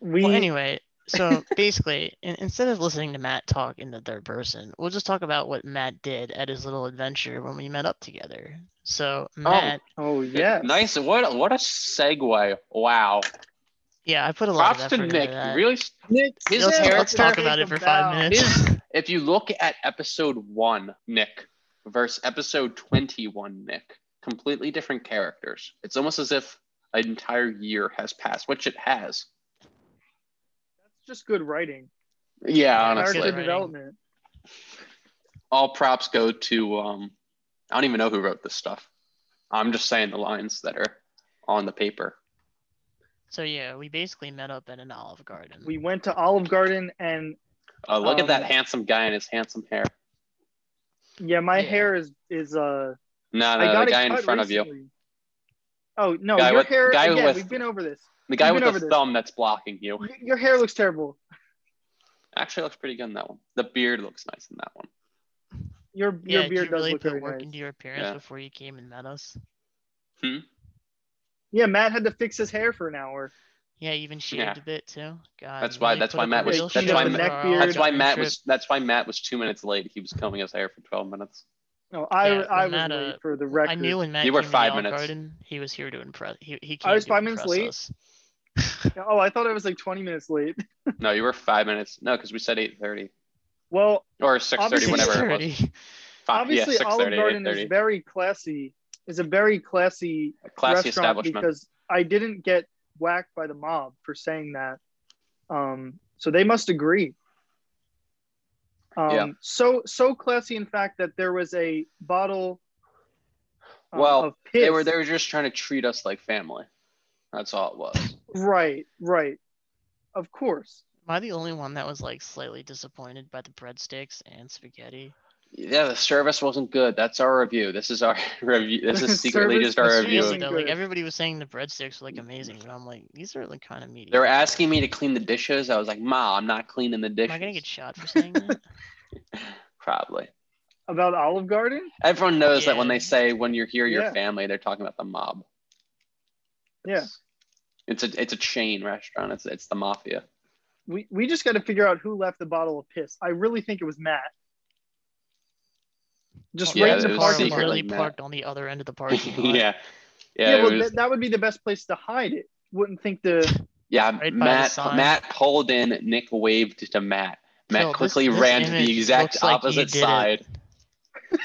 [SPEAKER 1] We
[SPEAKER 3] Well, anyway, so basically, in, instead of listening to Matt talk in the third person, we'll just talk about what Matt did at his little adventure when we met up together. So Matt,
[SPEAKER 1] oh yeah,
[SPEAKER 2] Nice. What a, what a segue. Wow.
[SPEAKER 3] yeah, I put a lot
[SPEAKER 2] Props
[SPEAKER 3] of
[SPEAKER 2] to
[SPEAKER 3] effort into
[SPEAKER 2] Nick.
[SPEAKER 3] that.
[SPEAKER 2] Really,
[SPEAKER 1] Nick,
[SPEAKER 2] his
[SPEAKER 3] let's,
[SPEAKER 2] character.
[SPEAKER 3] let's talk about it for five
[SPEAKER 1] about-
[SPEAKER 3] minutes.
[SPEAKER 2] if you look at episode one, Nick, versus episode twenty-one, Nick, completely different characters. It's almost as if an entire year has passed, which it has.
[SPEAKER 1] that's just good writing.
[SPEAKER 2] Yeah,
[SPEAKER 3] Yeah,
[SPEAKER 2] honestly.
[SPEAKER 1] Character
[SPEAKER 3] writing.
[SPEAKER 1] development.
[SPEAKER 2] all props go to um I don't even know who wrote this stuff. I'm just saying the lines that are on the paper.
[SPEAKER 3] So yeah, we basically met up at an Olive Garden.
[SPEAKER 1] We went to Olive Garden, and
[SPEAKER 2] Uh, look
[SPEAKER 1] Um,
[SPEAKER 2] at that handsome guy and his handsome hair.
[SPEAKER 1] yeah, my
[SPEAKER 3] Yeah.
[SPEAKER 1] hair is is uh.
[SPEAKER 2] No,
[SPEAKER 1] I
[SPEAKER 2] no,
[SPEAKER 1] got it
[SPEAKER 2] the guy in
[SPEAKER 1] cut
[SPEAKER 2] front of you.
[SPEAKER 1] recently. Oh no,
[SPEAKER 2] Guy
[SPEAKER 1] your
[SPEAKER 2] with-
[SPEAKER 1] hair.
[SPEAKER 2] guy
[SPEAKER 1] again,
[SPEAKER 2] with-
[SPEAKER 1] we've been over this.
[SPEAKER 2] The guy
[SPEAKER 1] We've
[SPEAKER 2] with
[SPEAKER 1] been over
[SPEAKER 2] the
[SPEAKER 1] this.
[SPEAKER 2] thumb that's blocking you
[SPEAKER 1] Y- Your hair looks terrible.
[SPEAKER 2] actually looks pretty good in that one. The beard looks nice in that one.
[SPEAKER 1] Your
[SPEAKER 3] yeah,
[SPEAKER 1] your
[SPEAKER 3] did
[SPEAKER 1] beard
[SPEAKER 3] you
[SPEAKER 1] does
[SPEAKER 3] really
[SPEAKER 1] look
[SPEAKER 3] put
[SPEAKER 1] very
[SPEAKER 3] work
[SPEAKER 1] nice.
[SPEAKER 3] into your appearance
[SPEAKER 2] Yeah.
[SPEAKER 3] before you came and met us.
[SPEAKER 1] Yeah, Matt had to fix his hair for an hour.
[SPEAKER 3] Yeah, you even shaved
[SPEAKER 2] Yeah.
[SPEAKER 3] a bit too. God,
[SPEAKER 2] That's
[SPEAKER 3] you
[SPEAKER 2] why-
[SPEAKER 3] really
[SPEAKER 2] that's
[SPEAKER 3] put
[SPEAKER 2] why
[SPEAKER 3] up a
[SPEAKER 2] Matt
[SPEAKER 1] was-
[SPEAKER 3] real
[SPEAKER 1] that's
[SPEAKER 3] show
[SPEAKER 1] why
[SPEAKER 3] for
[SPEAKER 1] Matt-
[SPEAKER 3] our
[SPEAKER 1] Beard.
[SPEAKER 2] That's why
[SPEAKER 3] Olive
[SPEAKER 2] Matt
[SPEAKER 3] trip.
[SPEAKER 2] was that's why Matt was two minutes late. He was combing his hair for twelve minutes.
[SPEAKER 1] No, I
[SPEAKER 3] Yeah,
[SPEAKER 1] I was
[SPEAKER 3] when Matt,
[SPEAKER 1] late
[SPEAKER 3] uh,
[SPEAKER 1] for the record.
[SPEAKER 3] I knew when Matt
[SPEAKER 2] You were
[SPEAKER 3] came to the
[SPEAKER 2] five
[SPEAKER 3] Olive
[SPEAKER 2] minutes.
[SPEAKER 3] Garden, he was here to impress. He he came
[SPEAKER 1] I was
[SPEAKER 3] to
[SPEAKER 1] five minutes
[SPEAKER 3] impress
[SPEAKER 1] late?
[SPEAKER 3] us.
[SPEAKER 1] Oh, I thought I was like 20 minutes late.
[SPEAKER 2] No, you were five minutes. No, because we said eight thirty
[SPEAKER 1] Well,
[SPEAKER 2] or six thirty,
[SPEAKER 1] Obviously-
[SPEAKER 2] whatever it was. Five,
[SPEAKER 3] 6:30.
[SPEAKER 2] yeah,
[SPEAKER 1] obviously
[SPEAKER 2] six
[SPEAKER 1] Olive
[SPEAKER 2] thirty, eight
[SPEAKER 1] Garden is
[SPEAKER 2] thirty.
[SPEAKER 1] very classy. It's a very classy, restaurant
[SPEAKER 2] Classy establishment.
[SPEAKER 1] because I didn't get whacked by the mob for saying that. Um, so they must agree. Um,
[SPEAKER 2] Yeah.
[SPEAKER 1] So so classy, in fact, that there was a bottle. um,
[SPEAKER 2] Well,
[SPEAKER 1] of piss.
[SPEAKER 2] They were they were just trying to treat us like family. That's all it was.
[SPEAKER 1] Right, right. Of course.
[SPEAKER 3] Am I the only one that was like slightly disappointed by the breadsticks and spaghetti?
[SPEAKER 2] Yeah, the service wasn't good. That's our review. This is our review. This is secretly
[SPEAKER 1] Service
[SPEAKER 2] just our
[SPEAKER 1] was
[SPEAKER 2] review.
[SPEAKER 3] Seriously
[SPEAKER 1] wasn't
[SPEAKER 3] though, like
[SPEAKER 1] good.
[SPEAKER 3] everybody was saying the breadsticks were like amazing, but I'm like, these are like kind of mediocre.
[SPEAKER 2] They were asking me to clean the dishes. I was like, Ma, I'm not cleaning the
[SPEAKER 3] Am
[SPEAKER 2] dishes.
[SPEAKER 3] I gonna get shot for saying that?
[SPEAKER 2] Probably.
[SPEAKER 1] About Olive Garden.
[SPEAKER 2] Everyone knows that when
[SPEAKER 3] Yeah.
[SPEAKER 2] they say when you're here, your
[SPEAKER 1] Yeah.
[SPEAKER 2] family, they're talking about the mob.
[SPEAKER 1] Yeah.
[SPEAKER 2] It's a it's a chain restaurant. It's it's the mafia.
[SPEAKER 1] We, we just got to figure out who left the bottle of piss. I really think it was Matt. Just
[SPEAKER 2] Yeah,
[SPEAKER 1] right
[SPEAKER 3] Well,
[SPEAKER 1] in the
[SPEAKER 2] it was
[SPEAKER 3] car was
[SPEAKER 1] parking
[SPEAKER 2] secret,
[SPEAKER 1] lot.
[SPEAKER 3] literally
[SPEAKER 2] like that.
[SPEAKER 3] parked on the other end of the parking lot.
[SPEAKER 2] yeah. Yeah.
[SPEAKER 1] Yeah,
[SPEAKER 2] it
[SPEAKER 1] well,
[SPEAKER 2] was-
[SPEAKER 1] that, that would be the best place to hide it. Wouldn't think the
[SPEAKER 2] yeah.
[SPEAKER 3] Right by the
[SPEAKER 2] Matt
[SPEAKER 3] sign.
[SPEAKER 2] Matt pulled in. Nick waved to Matt. Matt
[SPEAKER 3] Phil, this-
[SPEAKER 2] quickly
[SPEAKER 3] this
[SPEAKER 2] ran to
[SPEAKER 3] image
[SPEAKER 2] the exact
[SPEAKER 3] looks like you
[SPEAKER 2] opposite
[SPEAKER 3] did it.
[SPEAKER 2] side.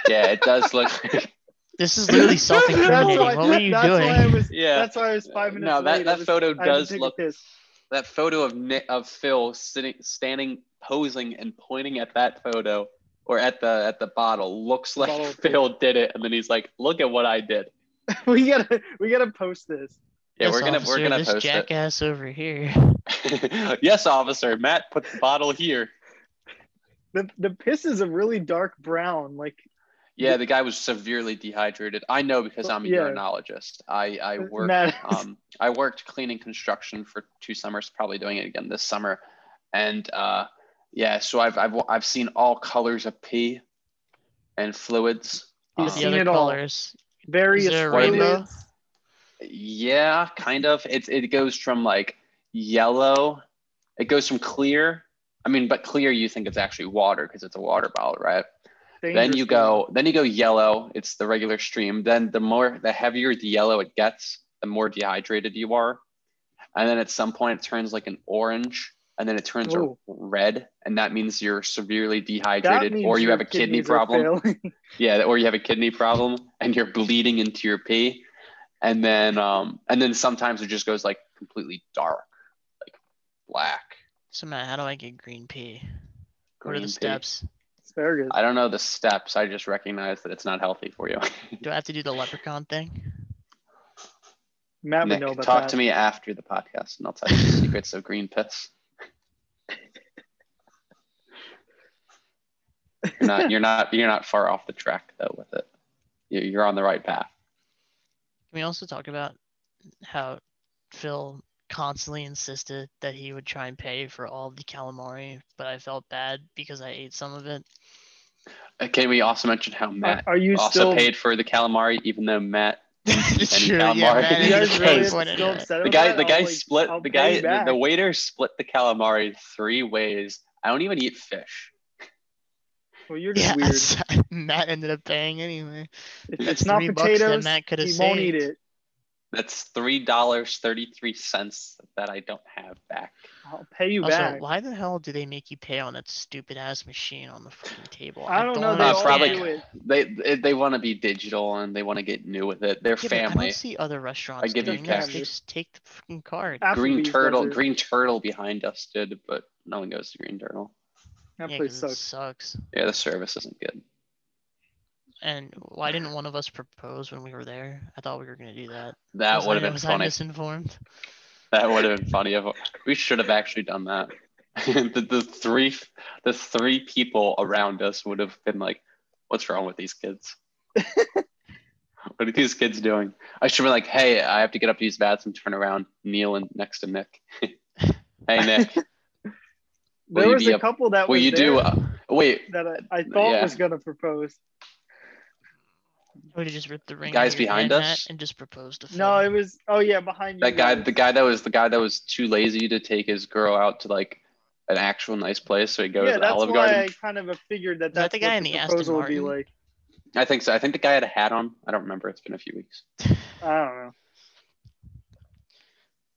[SPEAKER 2] Yeah, it does look.
[SPEAKER 3] This is literally self-incriminating.
[SPEAKER 1] why-
[SPEAKER 3] what were you
[SPEAKER 1] that's
[SPEAKER 3] doing?
[SPEAKER 1] why I was
[SPEAKER 2] yeah.
[SPEAKER 1] that's why I was five minutes.
[SPEAKER 2] Uh, No, that,
[SPEAKER 1] late. I
[SPEAKER 2] that
[SPEAKER 1] just-
[SPEAKER 2] photo
[SPEAKER 1] I had to
[SPEAKER 2] does
[SPEAKER 1] take a
[SPEAKER 2] look.
[SPEAKER 1] piss.
[SPEAKER 2] That photo of Nick, of Phil sitting, standing, posing, and pointing at that photo or at the at the bottle looks like
[SPEAKER 1] Bottle.
[SPEAKER 2] Phil did it, and then he's like, "Look at what I did."
[SPEAKER 1] we gotta we gotta post this.
[SPEAKER 2] Yeah,
[SPEAKER 3] Yes,
[SPEAKER 2] we're gonna
[SPEAKER 3] officer,
[SPEAKER 2] we're gonna
[SPEAKER 3] this
[SPEAKER 2] post
[SPEAKER 3] jackass over here.
[SPEAKER 2] it. yes, officer. Matt put the bottle here.
[SPEAKER 1] The the piss is a really dark brown. Like
[SPEAKER 2] Yeah, the guy was severely dehydrated. I know because I'm a
[SPEAKER 1] Yeah.
[SPEAKER 2] urinologist. I I worked
[SPEAKER 1] uh, Matt,
[SPEAKER 2] um, I worked cleaning construction for two summers, probably doing it again this summer, and uh, yeah, so I've, I've I've seen all colors of pee and fluids.
[SPEAKER 1] He's
[SPEAKER 2] Um,
[SPEAKER 3] the
[SPEAKER 1] seen
[SPEAKER 3] other
[SPEAKER 1] it all.
[SPEAKER 3] colors.
[SPEAKER 1] various
[SPEAKER 3] Is there a
[SPEAKER 2] flavors.
[SPEAKER 1] rainbow.
[SPEAKER 3] rainbow?
[SPEAKER 2] yeah, kind of. It's it goes from like yellow, it goes from clear. I mean, but clear you think it's actually water because it's a water bottle, right? then you
[SPEAKER 1] dangerous
[SPEAKER 2] go then you go yellow it's the regular stream then the more the heavier the yellow it gets the more dehydrated you are and then at some point it turns like an orange and then it turns a
[SPEAKER 1] Ooh.
[SPEAKER 2] red and that means you're severely
[SPEAKER 1] one. That
[SPEAKER 2] dehydrated
[SPEAKER 1] means
[SPEAKER 2] or you
[SPEAKER 1] your
[SPEAKER 2] have a kidney
[SPEAKER 1] kidneys are
[SPEAKER 2] problem
[SPEAKER 1] failing.
[SPEAKER 2] yeah or you have a kidney problem and you're bleeding into your pee and then um and then sometimes it just goes like completely dark like black
[SPEAKER 3] So Matt, how do I get green pea? what are
[SPEAKER 2] green
[SPEAKER 3] the
[SPEAKER 2] pee.
[SPEAKER 3] steps?
[SPEAKER 1] Asparagus.
[SPEAKER 2] i don't know the steps i just recognize that it's not healthy for you
[SPEAKER 3] Do I have to do the leprechaun thing?
[SPEAKER 1] Matt
[SPEAKER 2] Nick,
[SPEAKER 1] would know about
[SPEAKER 2] talk
[SPEAKER 1] that.
[SPEAKER 2] to me after the podcast, and I'll tell you the secrets of green piss. you're not, you're not, you're not far off the track though with it. You- You're on the right path.
[SPEAKER 3] Can we also talk about how Phil constantly insisted that he would try and pay for all the calamari, but I felt bad because I ate some of it.
[SPEAKER 2] Uh, Can we also mention how
[SPEAKER 1] Are,
[SPEAKER 2] Matt
[SPEAKER 1] are you
[SPEAKER 2] also
[SPEAKER 1] still?
[SPEAKER 2] paid for the calamari, even though Matt,
[SPEAKER 3] it's
[SPEAKER 2] Any
[SPEAKER 3] true.
[SPEAKER 2] calamari?
[SPEAKER 3] Yeah, Matt
[SPEAKER 1] You
[SPEAKER 3] ended
[SPEAKER 1] guys
[SPEAKER 3] up
[SPEAKER 1] really
[SPEAKER 3] paying
[SPEAKER 1] still
[SPEAKER 3] for it anyway.
[SPEAKER 1] upset
[SPEAKER 2] the
[SPEAKER 1] about
[SPEAKER 2] guy,
[SPEAKER 1] that?
[SPEAKER 2] the
[SPEAKER 1] I
[SPEAKER 2] guy
[SPEAKER 1] was like,
[SPEAKER 2] split
[SPEAKER 1] I'll
[SPEAKER 2] the
[SPEAKER 1] pay
[SPEAKER 2] guy,
[SPEAKER 1] you
[SPEAKER 2] the,
[SPEAKER 1] back.
[SPEAKER 2] the waiter split the calamari three ways. I don't even eat fish.
[SPEAKER 1] Well, you're just
[SPEAKER 3] Yeah,
[SPEAKER 1] weird.
[SPEAKER 3] so Matt ended up paying anyway.
[SPEAKER 1] If
[SPEAKER 3] that's
[SPEAKER 1] it's not
[SPEAKER 3] three bucks that
[SPEAKER 1] potatoes.
[SPEAKER 3] Matt
[SPEAKER 1] he
[SPEAKER 3] could've
[SPEAKER 1] won't eat
[SPEAKER 3] saved.
[SPEAKER 1] it.
[SPEAKER 2] That's three dollars thirty three cents that I don't have back.
[SPEAKER 1] I'll pay you
[SPEAKER 3] Also,
[SPEAKER 1] back.
[SPEAKER 3] why the hell do they make you pay on that stupid ass machine on the fucking table?
[SPEAKER 1] I don't know. They
[SPEAKER 2] Uh,
[SPEAKER 1] all
[SPEAKER 2] probably-
[SPEAKER 1] do it.
[SPEAKER 2] They they, they want to be digital and they want to get new with it. Their
[SPEAKER 3] Yeah, but I
[SPEAKER 2] family.
[SPEAKER 3] don't see other restaurants
[SPEAKER 2] give you
[SPEAKER 3] doing this.
[SPEAKER 1] cash.
[SPEAKER 3] They just take the fucking card.
[SPEAKER 2] Green
[SPEAKER 1] Applebee's
[SPEAKER 2] Turtle,
[SPEAKER 1] does it.
[SPEAKER 2] Green Turtle behind us did, but no one goes to Green Turtle.
[SPEAKER 1] That
[SPEAKER 3] yeah,
[SPEAKER 1] place
[SPEAKER 3] 'cause
[SPEAKER 1] sucks.
[SPEAKER 3] it sucks.
[SPEAKER 2] Yeah, the service isn't good.
[SPEAKER 3] And why didn't one of us propose when we were there? I thought we were gonna do that.
[SPEAKER 2] That
[SPEAKER 3] Was I-
[SPEAKER 2] would have been
[SPEAKER 3] was
[SPEAKER 2] funny.
[SPEAKER 3] I misinformed?
[SPEAKER 2] That would have been funny. If, we should have actually done that. the, the three the three people around us would have been like, "What's wrong with these kids? what are these kids doing?" I should be like, "Hey, I have to get up to use the bathroom, turn around, kneel in next to Nick. hey, Nick, will
[SPEAKER 1] There
[SPEAKER 2] you
[SPEAKER 1] was
[SPEAKER 2] be
[SPEAKER 1] a
[SPEAKER 2] a-
[SPEAKER 1] couple that
[SPEAKER 2] will
[SPEAKER 1] was
[SPEAKER 2] you
[SPEAKER 1] there
[SPEAKER 2] do?" Uh, wait,
[SPEAKER 1] that I, I thought
[SPEAKER 2] Yeah.
[SPEAKER 1] was gonna propose.
[SPEAKER 3] I would have just ripped the ring.
[SPEAKER 2] guys
[SPEAKER 3] out of your
[SPEAKER 2] behind
[SPEAKER 3] hand, Matt,
[SPEAKER 2] us?
[SPEAKER 3] and just proposed to Phil.
[SPEAKER 1] No, it was. Oh yeah, behind you.
[SPEAKER 2] that guy
[SPEAKER 1] guys.
[SPEAKER 2] the guy that was the guy that was too lazy to take his girl out to like an actual nice place so he goes
[SPEAKER 1] yeah,
[SPEAKER 2] to
[SPEAKER 1] that's
[SPEAKER 2] olive
[SPEAKER 1] why
[SPEAKER 2] garden
[SPEAKER 1] I kind of figured that
[SPEAKER 3] Is that
[SPEAKER 1] that's
[SPEAKER 3] the guy
[SPEAKER 1] what
[SPEAKER 3] in the Aston
[SPEAKER 1] proposal would be
[SPEAKER 3] Martin?
[SPEAKER 1] like.
[SPEAKER 2] I... think so i think the guy had a hat on i don't remember it's been a few weeks
[SPEAKER 1] I don't know.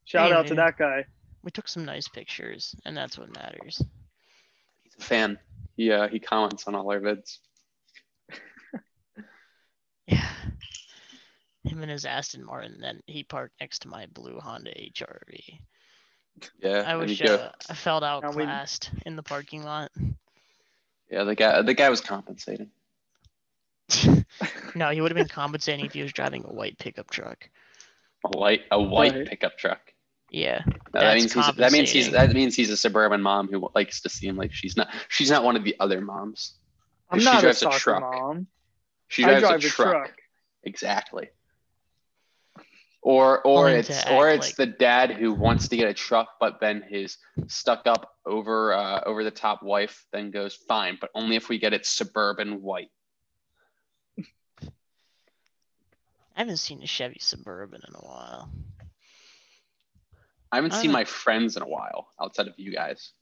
[SPEAKER 1] Shout out to
[SPEAKER 3] Anyway.
[SPEAKER 1] that guy.
[SPEAKER 3] We took some nice pictures, and that's what matters.
[SPEAKER 2] he's a fan yeah he comments on all our vids
[SPEAKER 3] Yeah. Him and his Aston Martin. Then he parked next to my blue Honda HRV.
[SPEAKER 2] yeah
[SPEAKER 3] I
[SPEAKER 2] and
[SPEAKER 3] wish
[SPEAKER 2] you go-
[SPEAKER 3] uh, I felt
[SPEAKER 1] Now we-
[SPEAKER 3] outclassed in the parking lot.
[SPEAKER 2] yeah the guy the guy was compensating
[SPEAKER 3] no, he would have been compensating if he was driving a white pickup truck.
[SPEAKER 2] a white a white
[SPEAKER 1] Right.
[SPEAKER 2] pickup truck
[SPEAKER 3] Yeah.
[SPEAKER 2] No, that
[SPEAKER 3] That's
[SPEAKER 2] means he's, that means he's
[SPEAKER 3] compensating.
[SPEAKER 2] that means he's a suburban mom who likes to seem like she's not she's not one of the other moms
[SPEAKER 1] I'm
[SPEAKER 2] She
[SPEAKER 1] not a
[SPEAKER 2] drives a
[SPEAKER 1] soccer
[SPEAKER 2] truck.
[SPEAKER 1] mom.
[SPEAKER 2] she
[SPEAKER 1] I
[SPEAKER 2] drives
[SPEAKER 1] drive
[SPEAKER 2] a, truck.
[SPEAKER 1] truck.
[SPEAKER 2] Exactly. Or or
[SPEAKER 3] Willing to
[SPEAKER 2] it's
[SPEAKER 3] act
[SPEAKER 2] or it's
[SPEAKER 3] like-
[SPEAKER 2] the dad who wants to get a truck, but then his stuck up over uh, over the top wife then goes fine, but only if we get it suburban white.
[SPEAKER 3] I haven't seen a Chevy Suburban in a while.
[SPEAKER 2] I haven't
[SPEAKER 3] I
[SPEAKER 2] seen
[SPEAKER 3] don't-
[SPEAKER 2] my friends in a while outside of you guys,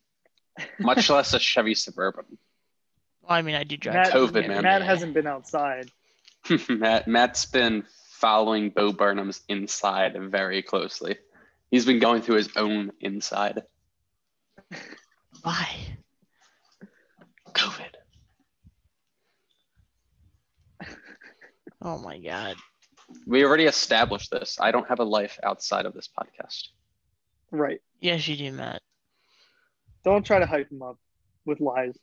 [SPEAKER 2] much less a Chevy Suburban.
[SPEAKER 3] Well, I mean, I do drive.
[SPEAKER 1] Matt-
[SPEAKER 3] to
[SPEAKER 2] COVID,
[SPEAKER 3] work
[SPEAKER 2] man.
[SPEAKER 3] every
[SPEAKER 1] Matt
[SPEAKER 3] day.
[SPEAKER 1] hasn't been outside.
[SPEAKER 2] Matt Matt's been following Bo Burnham's inside very closely. He's been going through his own inside.
[SPEAKER 3] Why?
[SPEAKER 2] COVID.
[SPEAKER 3] Oh my God.
[SPEAKER 2] We already established this. I don't have a life outside of this podcast.
[SPEAKER 1] Right.
[SPEAKER 3] Yes, you do, Matt.
[SPEAKER 1] Don't try to hype him up with lies.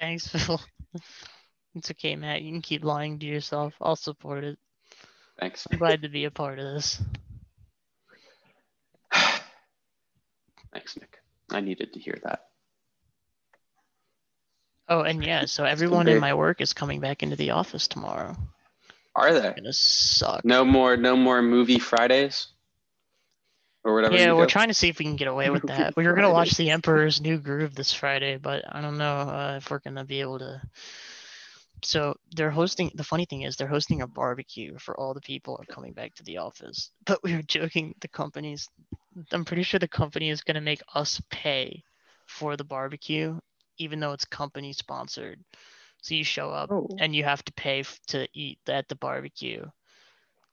[SPEAKER 3] Thanks, Phil. It's okay, Matt. You can keep lying to yourself. I'll support it.
[SPEAKER 2] Thanks.
[SPEAKER 3] I'm glad to be a part of this.
[SPEAKER 2] Thanks, Nick. I needed to hear that.
[SPEAKER 3] Oh, and yeah, so everyone in my work is coming back into the office tomorrow.
[SPEAKER 2] Are there
[SPEAKER 3] Gonna suck.
[SPEAKER 2] no more no more movie Fridays or whatever?
[SPEAKER 3] Yeah,
[SPEAKER 2] you
[SPEAKER 3] we're
[SPEAKER 2] do?
[SPEAKER 3] trying to see if we can get away with that. We were gonna watch The Emperor's New Groove this Friday, but I don't know uh, if we're gonna be able to. So they're hosting. The funny thing is, they're hosting a barbecue for all the people who are coming back to the office. But we were joking. The companies, I'm pretty sure the company is gonna make us pay for the barbecue, even though it's company sponsored. So you show up
[SPEAKER 1] Oh,
[SPEAKER 3] and you have to pay f- to eat at the barbecue,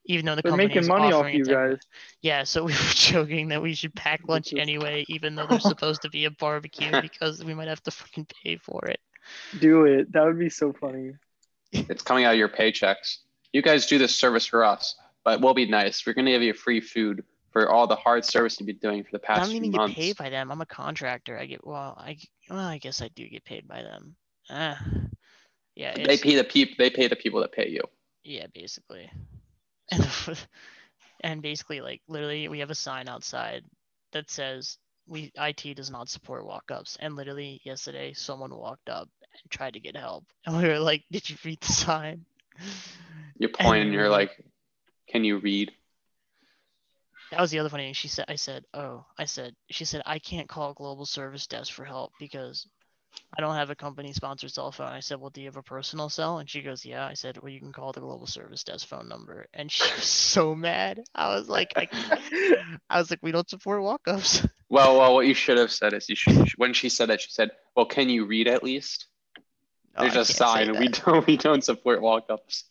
[SPEAKER 3] even though the
[SPEAKER 1] they're
[SPEAKER 3] company
[SPEAKER 1] making
[SPEAKER 3] is
[SPEAKER 1] money off
[SPEAKER 3] offering it
[SPEAKER 1] you
[SPEAKER 3] to everyone.
[SPEAKER 1] guys.
[SPEAKER 3] Yeah, so we were joking that we should pack lunch
[SPEAKER 1] Ridiculous.
[SPEAKER 3] anyway, even though there's supposed to be a barbecue because we might have to fucking pay for it.
[SPEAKER 1] Do it. That would be so funny.
[SPEAKER 2] It's coming out of your paychecks. You guys do this service for us, but we'll be nice. We're gonna give you free food for all the hard service you've been doing for the
[SPEAKER 3] I
[SPEAKER 2] past
[SPEAKER 3] don't
[SPEAKER 2] few
[SPEAKER 3] even
[SPEAKER 2] months.
[SPEAKER 3] get paid by them. I'm a contractor. I get well, I g- well, I guess I do get paid by them. Uh, yeah,
[SPEAKER 2] they
[SPEAKER 3] it's-
[SPEAKER 2] pay the peop- They pay the people that pay you.
[SPEAKER 3] yeah, basically. And the- and basically, like literally, we have a sign outside that says we IT does not support walk-ups. And literally yesterday, someone walked up and tried to get help, and we were like, "Did you read the sign?"
[SPEAKER 2] You point and
[SPEAKER 3] And-
[SPEAKER 2] you're like, "Can you read?"
[SPEAKER 3] That was the other funny thing. She said, I said, oh, I said, she said, I can't call global service desk for help because I don't have a company sponsored cell phone. I said, well, do you have a personal cell? And she goes, yeah. I said, well, you can call the global service desk phone number. And she was so mad. I was like, I, I was like, we don't support walk ups.
[SPEAKER 2] Well, well, what you should have said is you should. When she said that, she said, "Well, can you read at least?"
[SPEAKER 3] Oh,
[SPEAKER 2] There's a sign. We don't. We don't support walk-ups.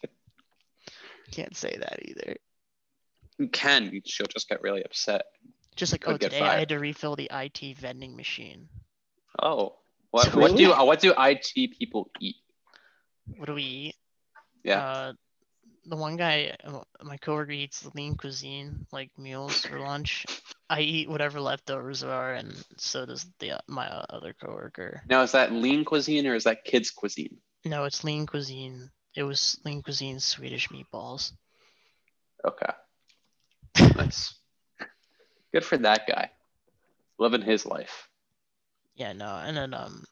[SPEAKER 3] can't say that either.
[SPEAKER 2] You can. She'll just get really upset.
[SPEAKER 3] Just like,
[SPEAKER 2] Could
[SPEAKER 3] oh,
[SPEAKER 2] get
[SPEAKER 3] today I
[SPEAKER 2] fired.
[SPEAKER 3] had to refill the IT vending machine.
[SPEAKER 2] Oh, what?
[SPEAKER 3] So-
[SPEAKER 2] What do? uh, What do IT people eat?
[SPEAKER 3] What do we eat?
[SPEAKER 2] Yeah.
[SPEAKER 3] Uh, the one guy, uh, my coworker eats lean cuisine like meals for lunch. I eat whatever leftovers are, and so does the my other coworker.
[SPEAKER 2] Now, is that lean cuisine or is that kids cuisine?
[SPEAKER 3] No, it's lean cuisine. It was lean cuisine Swedish meatballs.
[SPEAKER 2] Okay. Nice. Good for that guy. Living his life.
[SPEAKER 3] Yeah, no, and then um,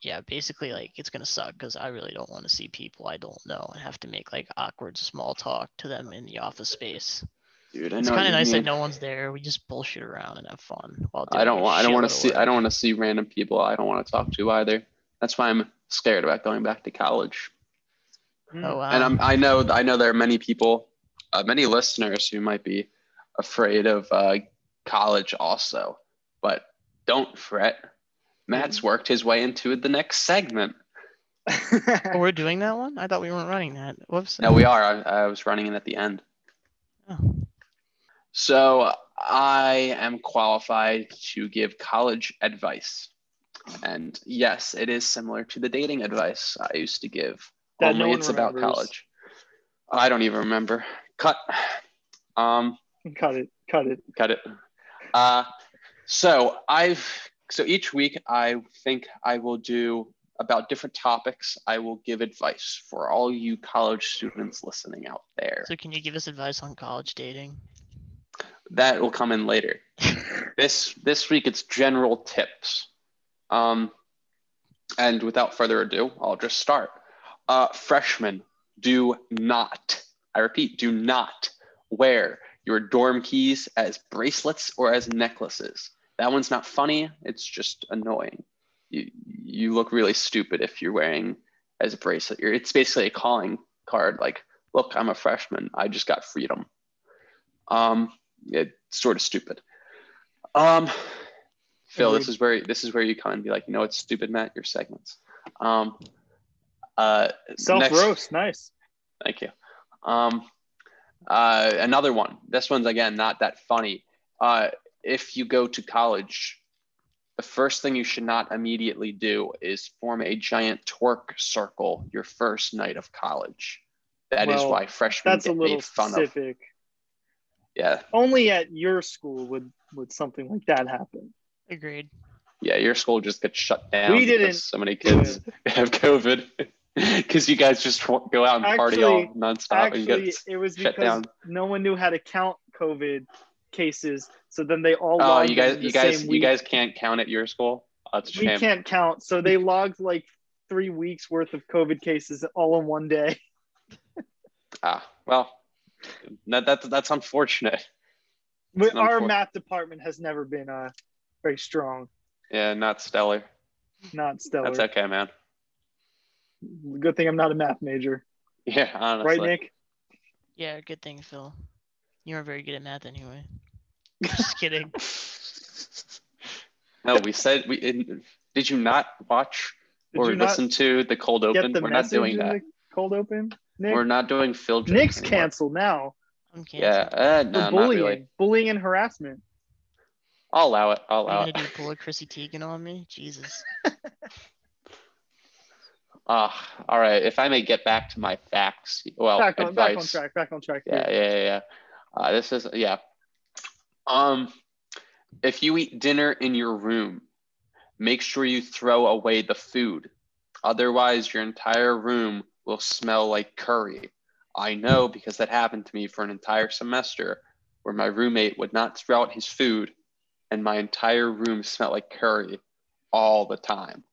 [SPEAKER 3] yeah, basically like it's gonna suck because I really don't want to see people I don't know and have to make like awkward small talk to them in the office space.
[SPEAKER 2] Dude, I
[SPEAKER 3] It's
[SPEAKER 2] know what
[SPEAKER 3] kind of
[SPEAKER 2] you
[SPEAKER 3] nice that
[SPEAKER 2] mean.
[SPEAKER 3] no one's there. We just bullshit around and have fun while doing
[SPEAKER 2] I don't
[SPEAKER 3] a
[SPEAKER 2] want. I don't want to
[SPEAKER 3] shitload of
[SPEAKER 2] see.
[SPEAKER 3] work.
[SPEAKER 2] I don't want to see random people. I don't want to talk to either. That's why I'm scared about going back to college.
[SPEAKER 3] Oh wow.
[SPEAKER 2] and I'm, I know. I know there are many people, uh, many listeners who might be afraid of uh, college also. But don't fret. Matt's worked his way into the next segment.
[SPEAKER 3] Oh, we're doing that one? I thought we weren't running that. Whoops.
[SPEAKER 2] No, we are. I, I was running in at the end.
[SPEAKER 3] Oh.
[SPEAKER 2] So I am qualified to give college advice. And yes, it is similar to the dating advice I used to give.
[SPEAKER 1] That
[SPEAKER 2] only
[SPEAKER 1] no one
[SPEAKER 2] it's about
[SPEAKER 1] remembers.
[SPEAKER 2] college. I don't even remember. Cut. Um,
[SPEAKER 1] cut it. Cut it.
[SPEAKER 2] cut it. Uh, so I've so each week I think I will do about different topics. I will give advice for all you college students listening out there.
[SPEAKER 3] So can you give us advice on college dating?
[SPEAKER 2] that will come in later. this this week it's general tips. Um, and without further ado, I'll just start. Uh, freshmen, do not, I repeat, do not wear your dorm keys as bracelets or as necklaces. That one's not funny. It's just annoying. You you look really stupid if you're wearing as a bracelet. You're, it's basically a calling card. Like, look, I'm a freshman. I just got freedom. Um, it's sort of stupid. Um, Phil, this
[SPEAKER 1] Agreed.
[SPEAKER 2] is where this is where you come and be like, you know, it's stupid, Matt. Your segments. Um, uh,
[SPEAKER 1] Self roast. Nice.
[SPEAKER 2] Thank you. Um, uh, another one. This one's again not that funny. Uh, if you go to college, the first thing you should not immediately do is form a giant twerk circle your first night of college. That is
[SPEAKER 1] Well,
[SPEAKER 2] why freshmen
[SPEAKER 1] That's a
[SPEAKER 2] get
[SPEAKER 1] little
[SPEAKER 2] made fun of.
[SPEAKER 1] specific.
[SPEAKER 2] Yeah,
[SPEAKER 1] Only at your school would would something like that happen.
[SPEAKER 3] Agreed.
[SPEAKER 2] yeah. Your school just gets shut down.
[SPEAKER 1] We
[SPEAKER 2] because
[SPEAKER 1] didn't
[SPEAKER 2] So many kids have COVID. because you guys just w- go out and party all
[SPEAKER 1] Actually-
[SPEAKER 2] nonstop and Uh, you
[SPEAKER 1] Actually,
[SPEAKER 2] get
[SPEAKER 1] it was
[SPEAKER 2] shut
[SPEAKER 1] because
[SPEAKER 2] down.
[SPEAKER 1] no one knew how to count COVID cases, so then they all.
[SPEAKER 2] Oh,
[SPEAKER 1] logged
[SPEAKER 2] you
[SPEAKER 1] in
[SPEAKER 2] guys,
[SPEAKER 1] the
[SPEAKER 2] you guys,
[SPEAKER 1] same
[SPEAKER 2] you
[SPEAKER 1] week.
[SPEAKER 2] guys can't count at your school. Oh, that's a
[SPEAKER 1] We
[SPEAKER 2] shame.
[SPEAKER 1] can't count, so they logged like three weeks worth of COVID cases all in one day.
[SPEAKER 2] Ah, well, that, that's that's unfortunate.
[SPEAKER 1] But our
[SPEAKER 2] unfortunate.
[SPEAKER 1] math department has never been uh very strong,
[SPEAKER 2] Yeah, not stellar.
[SPEAKER 1] not stellar.
[SPEAKER 2] That's okay, man.
[SPEAKER 1] Good thing I'm not a math major,
[SPEAKER 2] Yeah, honestly.
[SPEAKER 1] right, Nick?
[SPEAKER 3] Yeah, good thing, Phil. You weren't very good at math anyway. Just kidding.
[SPEAKER 2] No, we said we didn't. Did you not watch
[SPEAKER 1] Did
[SPEAKER 2] or
[SPEAKER 1] you not
[SPEAKER 2] listen to the cold
[SPEAKER 1] get
[SPEAKER 2] open?
[SPEAKER 1] the
[SPEAKER 2] We're not
[SPEAKER 1] message
[SPEAKER 2] doing
[SPEAKER 1] in
[SPEAKER 2] that.
[SPEAKER 1] the cold open? Nick?
[SPEAKER 2] We're not doing Phil. James
[SPEAKER 1] Nick's
[SPEAKER 2] anymore.
[SPEAKER 1] canceled now
[SPEAKER 3] I'm canceled.
[SPEAKER 2] Yeah, uh,
[SPEAKER 1] for
[SPEAKER 2] no, not
[SPEAKER 1] bullying,
[SPEAKER 2] really.
[SPEAKER 1] bullying and harassment.
[SPEAKER 2] I'll allow it. I'll
[SPEAKER 3] Are
[SPEAKER 2] allow
[SPEAKER 3] you
[SPEAKER 2] it.
[SPEAKER 3] gonna do pull a Chrissy Teigen on me? Jesus.
[SPEAKER 2] Ah, all right. If I may get back to my facts, well,
[SPEAKER 1] Back on,
[SPEAKER 2] Oh, advice.
[SPEAKER 1] back on track. Back on track.
[SPEAKER 2] Yeah, yeah, yeah. yeah. Uh, this is yeah. Um, if you eat dinner in your room, make sure you throw away the food. Otherwise, your entire room will smell like curry. I know because that happened to me for an entire semester, where my roommate would not throw out his food, and my entire room smelled like curry all the time.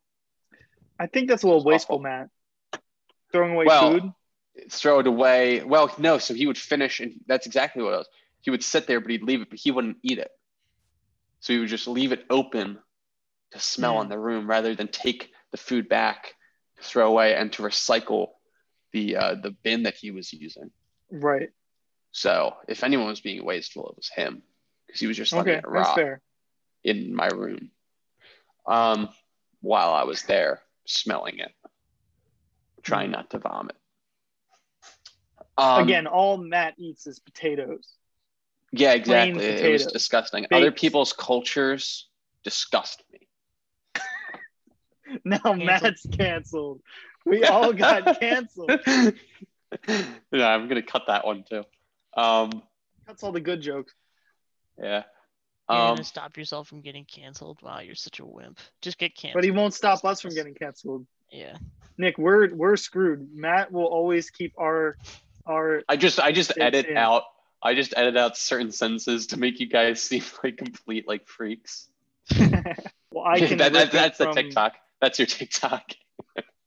[SPEAKER 1] I think that's a little
[SPEAKER 2] Awful.
[SPEAKER 1] wasteful, Matt. Throwing away
[SPEAKER 2] Well,
[SPEAKER 1] food.
[SPEAKER 2] throw it away. Well, no, so he would finish, and that's exactly what it was. He would sit there, but he'd leave it, but he wouldn't eat it. So he would just leave it open to
[SPEAKER 1] Hmm.
[SPEAKER 2] smell in the room rather than take the food back, throw away, and to recycle the uh, the bin that he was using.
[SPEAKER 1] Right.
[SPEAKER 2] So if anyone was being wasteful, it was him because he was just letting
[SPEAKER 1] Okay,
[SPEAKER 2] it
[SPEAKER 1] that's
[SPEAKER 2] rot
[SPEAKER 1] fair.
[SPEAKER 2] in my room um, while I was there smelling it, trying not to vomit. Um,
[SPEAKER 1] Hmm. Again, all Matt eats is potatoes.
[SPEAKER 2] Yeah, exactly. It was
[SPEAKER 1] potatoes.
[SPEAKER 2] disgusting. Other
[SPEAKER 1] Baked.
[SPEAKER 2] people's cultures disgust me.
[SPEAKER 1] Now Matt's canceled. We all got canceled.
[SPEAKER 2] yeah, I'm gonna cut that one too. Um,
[SPEAKER 1] That's all the good jokes.
[SPEAKER 2] yeah.
[SPEAKER 3] You're
[SPEAKER 2] Um,
[SPEAKER 3] gonna stop yourself from getting canceled. Wow, you're such a wimp. Just get canceled.
[SPEAKER 1] But he won't stop us from getting canceled.
[SPEAKER 3] Yeah.
[SPEAKER 1] Nick, we're we're screwed. Matt will always keep our our
[SPEAKER 2] I just, I just
[SPEAKER 1] Yeah,
[SPEAKER 2] edit
[SPEAKER 1] same.
[SPEAKER 2] out. I just edit out certain sentences to make you guys seem like complete like freaks.
[SPEAKER 1] well I can
[SPEAKER 2] That- that-
[SPEAKER 1] rip it
[SPEAKER 2] that's the
[SPEAKER 1] from-
[SPEAKER 2] TikTok. That's your TikTok.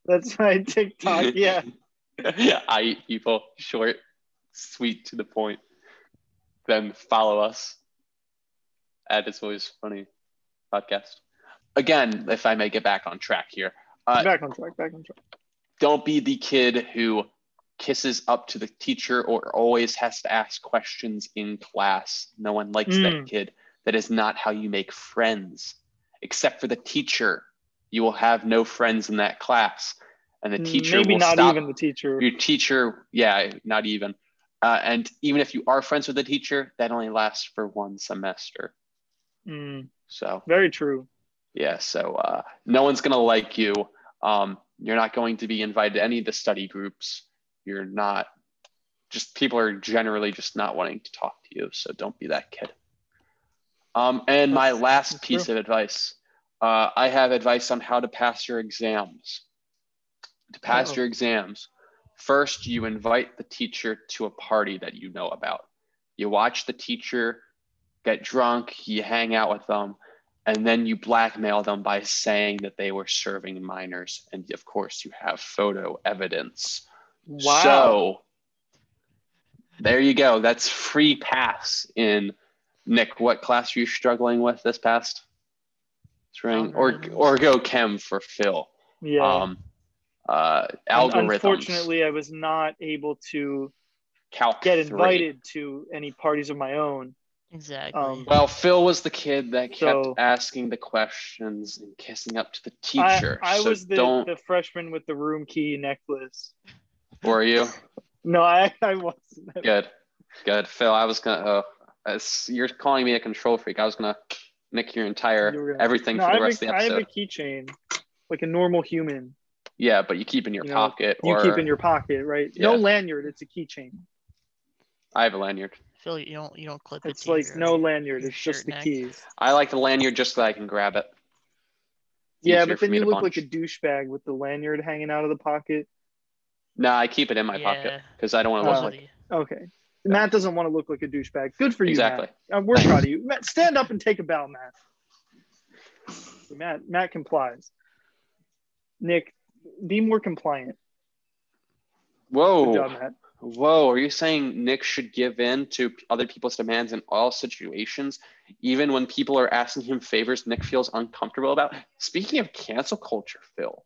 [SPEAKER 1] That's my TikTok. Yeah.
[SPEAKER 2] I eat people short, sweet to the point. Then follow us at It's Always Funny podcast. Again, if I may get back on track here, Uh,
[SPEAKER 1] back on track, back on track.
[SPEAKER 2] don't be the kid who kisses up to the teacher or always has to ask questions in class. No one likes that
[SPEAKER 1] Mm.
[SPEAKER 2] kid. That is not how you make friends, except for the teacher. You will have no friends in that class, and the teacher
[SPEAKER 1] Hmm, Maybe
[SPEAKER 2] will
[SPEAKER 1] not
[SPEAKER 2] stop
[SPEAKER 1] even the teacher.
[SPEAKER 2] your teacher yeah not even uh, and even if you are friends with the teacher that only lasts for one semester
[SPEAKER 1] Mm,
[SPEAKER 2] so
[SPEAKER 1] very true.
[SPEAKER 2] yeah so uh, no one's going to like you um, you're not going to be invited to any of the study groups you're not just people are generally just not wanting to talk to you so don't be that kid um, and my
[SPEAKER 1] That's-
[SPEAKER 2] last
[SPEAKER 1] that's
[SPEAKER 2] piece of advice uh, i have advice on how to pass your exams to pass
[SPEAKER 3] Oh.
[SPEAKER 2] your exams first you invite the teacher to a party that you know about you watch the teacher get drunk you hang out with them and then you blackmail them by saying that they were serving minors and of course you have photo evidence
[SPEAKER 1] Wow.
[SPEAKER 2] so there you go. That's free pass in Nick. What class are you struggling with this past string? Or
[SPEAKER 3] Algorithms.
[SPEAKER 2] or go chem for Phil.
[SPEAKER 1] yeah.
[SPEAKER 2] Um, uh,
[SPEAKER 1] Un-
[SPEAKER 2] algorithms.
[SPEAKER 1] Unfortunately, I was not able to
[SPEAKER 2] Calc
[SPEAKER 1] get
[SPEAKER 2] three.
[SPEAKER 1] invited to any parties of my own.
[SPEAKER 3] Exactly.
[SPEAKER 1] Um,
[SPEAKER 2] Well, Phil was the kid that kept
[SPEAKER 1] So-
[SPEAKER 2] asking the questions and kissing up to the
[SPEAKER 1] I-
[SPEAKER 2] teacher.
[SPEAKER 1] I,
[SPEAKER 2] so
[SPEAKER 1] was the,
[SPEAKER 2] don't
[SPEAKER 1] the freshman with the room key necklace.
[SPEAKER 2] were you
[SPEAKER 1] No, I, I wasn't.
[SPEAKER 2] good? Good, Phil. I was gonna. Uh, as you're calling me a control freak. I was gonna nick your entire
[SPEAKER 1] You were gonna-
[SPEAKER 2] everything
[SPEAKER 1] No,
[SPEAKER 2] for
[SPEAKER 1] I
[SPEAKER 2] the
[SPEAKER 1] have,
[SPEAKER 2] rest
[SPEAKER 1] a,
[SPEAKER 2] of the
[SPEAKER 1] I
[SPEAKER 2] episode.
[SPEAKER 1] have a keychain, like a normal human.
[SPEAKER 2] Yeah, but you keep in your
[SPEAKER 1] You know,
[SPEAKER 2] pocket.
[SPEAKER 1] You
[SPEAKER 2] or
[SPEAKER 1] keep in your pocket, right? No
[SPEAKER 2] Yeah.
[SPEAKER 1] lanyard. It's a keychain.
[SPEAKER 2] I have a lanyard.
[SPEAKER 3] Phil, you don't you don't clip it
[SPEAKER 1] It's
[SPEAKER 3] to
[SPEAKER 1] like
[SPEAKER 3] your-
[SPEAKER 1] no lanyard. It's
[SPEAKER 3] your
[SPEAKER 1] just
[SPEAKER 3] shirt
[SPEAKER 1] the
[SPEAKER 3] neck.
[SPEAKER 1] keys.
[SPEAKER 2] I like the lanyard just so I can grab it.
[SPEAKER 1] Yeah,
[SPEAKER 2] easier
[SPEAKER 1] but
[SPEAKER 2] for
[SPEAKER 1] then
[SPEAKER 2] me
[SPEAKER 1] you
[SPEAKER 2] to
[SPEAKER 1] look like
[SPEAKER 2] punch.
[SPEAKER 1] a douchebag with the lanyard hanging out of the pocket.
[SPEAKER 2] No, I keep it in my
[SPEAKER 3] Yeah.
[SPEAKER 2] pocket because I don't want to look
[SPEAKER 1] Oh.
[SPEAKER 2] like
[SPEAKER 3] Usually.
[SPEAKER 1] Okay. Matt doesn't want to look like a douchebag. Good for you,
[SPEAKER 2] exactly.
[SPEAKER 1] Matt. Uh, we're proud of you. Matt, stand up and take a bow, Matt. Matt Matt complies. Nick, be more compliant. Good
[SPEAKER 2] Whoa,
[SPEAKER 1] job, Matt.
[SPEAKER 2] whoa! Are you saying Nick should give in to p- other people's demands in all situations, even when people are asking him favors Nick feels uncomfortable about? Speaking of cancel culture, Phil,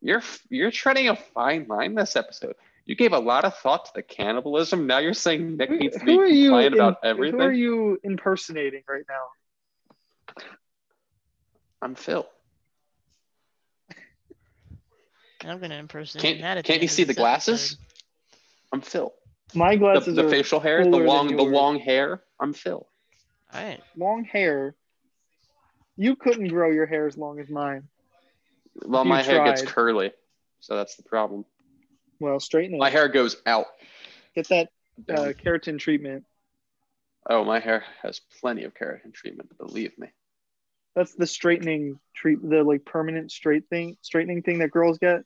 [SPEAKER 2] you're you're treading a fine line this episode. You gave a lot of thought to the cannibalism. Now you're saying Nick needs to be
[SPEAKER 1] Who are you?
[SPEAKER 2] compliant about
[SPEAKER 1] in-
[SPEAKER 2] everything.
[SPEAKER 1] Who are you impersonating right now?
[SPEAKER 2] I'm Phil.
[SPEAKER 3] And I'm gonna impersonate
[SPEAKER 2] Can't-
[SPEAKER 3] Matt at
[SPEAKER 2] can't
[SPEAKER 3] the end
[SPEAKER 2] you
[SPEAKER 3] of
[SPEAKER 2] see
[SPEAKER 3] this
[SPEAKER 2] the glasses?
[SPEAKER 3] episode.
[SPEAKER 2] I'm Phil.
[SPEAKER 1] My
[SPEAKER 2] The,
[SPEAKER 1] glasses
[SPEAKER 2] the
[SPEAKER 1] are
[SPEAKER 2] facial hair, the
[SPEAKER 1] cooler than
[SPEAKER 2] long, the
[SPEAKER 1] yours.
[SPEAKER 2] long hair. I'm Phil.
[SPEAKER 3] All right.
[SPEAKER 1] long hair. You couldn't grow your hair as long as mine.
[SPEAKER 2] Well,
[SPEAKER 1] you
[SPEAKER 2] my hair gets
[SPEAKER 1] tried.
[SPEAKER 2] curly, so that's the problem.
[SPEAKER 1] Well, straighten it.
[SPEAKER 2] My hair goes out.
[SPEAKER 1] Get that uh, keratin treatment.
[SPEAKER 2] oh, my hair has plenty of keratin treatment. Believe me.
[SPEAKER 1] That's the straightening treat, the like permanent straight thing, straightening thing that girls get.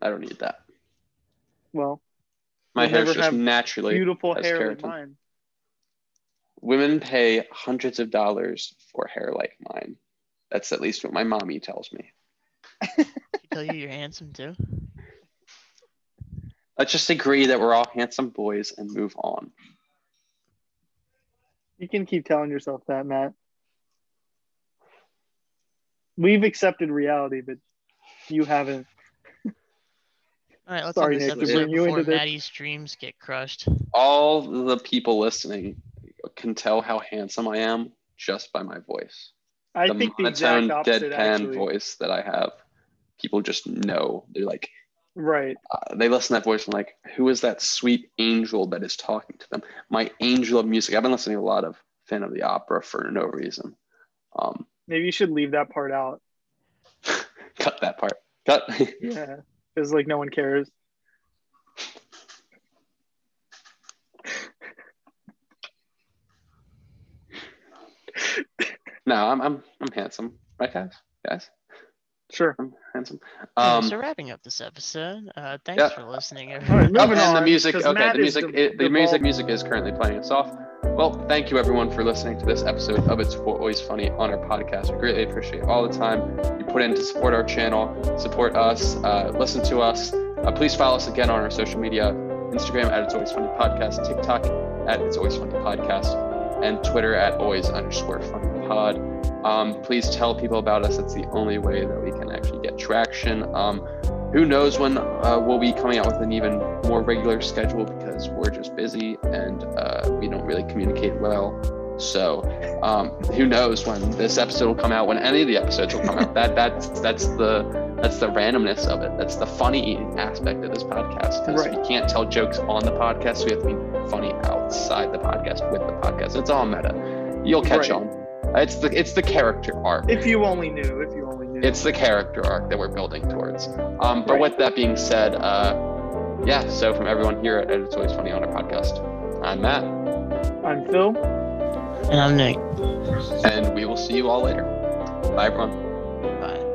[SPEAKER 2] I don't need that.
[SPEAKER 1] Well,
[SPEAKER 2] My
[SPEAKER 1] You'll
[SPEAKER 2] hair's
[SPEAKER 1] never
[SPEAKER 2] just
[SPEAKER 1] have
[SPEAKER 2] naturally.
[SPEAKER 1] beautiful
[SPEAKER 2] that's
[SPEAKER 1] hair like
[SPEAKER 2] keratin.
[SPEAKER 1] mine.
[SPEAKER 2] Women pay hundreds of dollars for hair like mine. That's at least what my mommy tells me.
[SPEAKER 3] She tell you you're handsome too.
[SPEAKER 2] Let's just agree that we're all handsome boys and move on.
[SPEAKER 1] You can keep telling yourself that, Matt. We've accepted reality, but you haven't.
[SPEAKER 3] All right. Let's
[SPEAKER 1] Sorry,
[SPEAKER 3] end this
[SPEAKER 1] Nick,
[SPEAKER 2] to
[SPEAKER 3] episode
[SPEAKER 1] bring you
[SPEAKER 3] before
[SPEAKER 1] into this.
[SPEAKER 3] Maddie's dreams get crushed.
[SPEAKER 2] All the people listening can tell how handsome I am just by my voice.
[SPEAKER 1] I
[SPEAKER 2] the
[SPEAKER 1] think the
[SPEAKER 2] monotone,
[SPEAKER 1] exact opposite,
[SPEAKER 2] deadpan
[SPEAKER 1] actually.
[SPEAKER 2] voice that I have. People just know. They're like,
[SPEAKER 1] Right.
[SPEAKER 2] uh, they listen to that voice and like, who is that sweet angel that is talking to them? My angel of music. I've been listening to a lot of Fan of the Opera for no reason. Um,
[SPEAKER 1] Maybe you should leave that part out.
[SPEAKER 2] cut that part. Cut.
[SPEAKER 1] Yeah, because like no one cares.
[SPEAKER 2] no, I'm, I'm I'm handsome, right, guys? Guys,
[SPEAKER 1] Sure.
[SPEAKER 2] I'm handsome.
[SPEAKER 3] All right,
[SPEAKER 2] Um,
[SPEAKER 3] so wrapping up this episode. Uh, thanks
[SPEAKER 2] yeah.
[SPEAKER 3] for listening,
[SPEAKER 1] All
[SPEAKER 3] everyone.
[SPEAKER 1] right,
[SPEAKER 2] Oh,
[SPEAKER 1] moving
[SPEAKER 2] and the
[SPEAKER 1] on,
[SPEAKER 2] music.
[SPEAKER 1] 'cause
[SPEAKER 2] Okay,
[SPEAKER 1] Matt
[SPEAKER 2] the
[SPEAKER 1] is
[SPEAKER 2] music. it- the
[SPEAKER 1] the
[SPEAKER 2] music.
[SPEAKER 1] bald-
[SPEAKER 2] Music is currently playing us off. Well, thank you everyone for listening to this episode of It's Always Funny on our podcast. We greatly appreciate all the time you put in to support our channel, support us, uh, listen to us. Uh, please follow us again on our social media: Instagram at It's Always Funny Podcast, TikTok at It's Always Funny Podcast, and Twitter at Always underscore Funny Pod. Um, please tell people about us. That's the only way that we can actually get traction. Um, who knows when uh, we'll be coming out with an even more regular schedule because we're just busy and uh, we don't really communicate well. So um, who knows when this episode will come out? When any of the episodes will come out? That that's that's the that's the randomness of it. That's the funny aspect of this podcast because
[SPEAKER 1] Right.
[SPEAKER 2] we can't tell jokes on the podcast. so we have to be funny outside the podcast with the podcast. It's all meta. You'll catch
[SPEAKER 1] Right.
[SPEAKER 2] on. It's the it's the character arc
[SPEAKER 1] If you only knew. If you only knew.
[SPEAKER 2] it's the character arc that we're building towards. Um, but
[SPEAKER 1] Right.
[SPEAKER 2] with that being said, uh, yeah, so from everyone here at It's Always Funny on our podcast, I'm Matt,
[SPEAKER 1] I'm Phil.
[SPEAKER 3] And I'm Nick.
[SPEAKER 2] and we will see you all later. Bye, everyone.
[SPEAKER 3] Bye.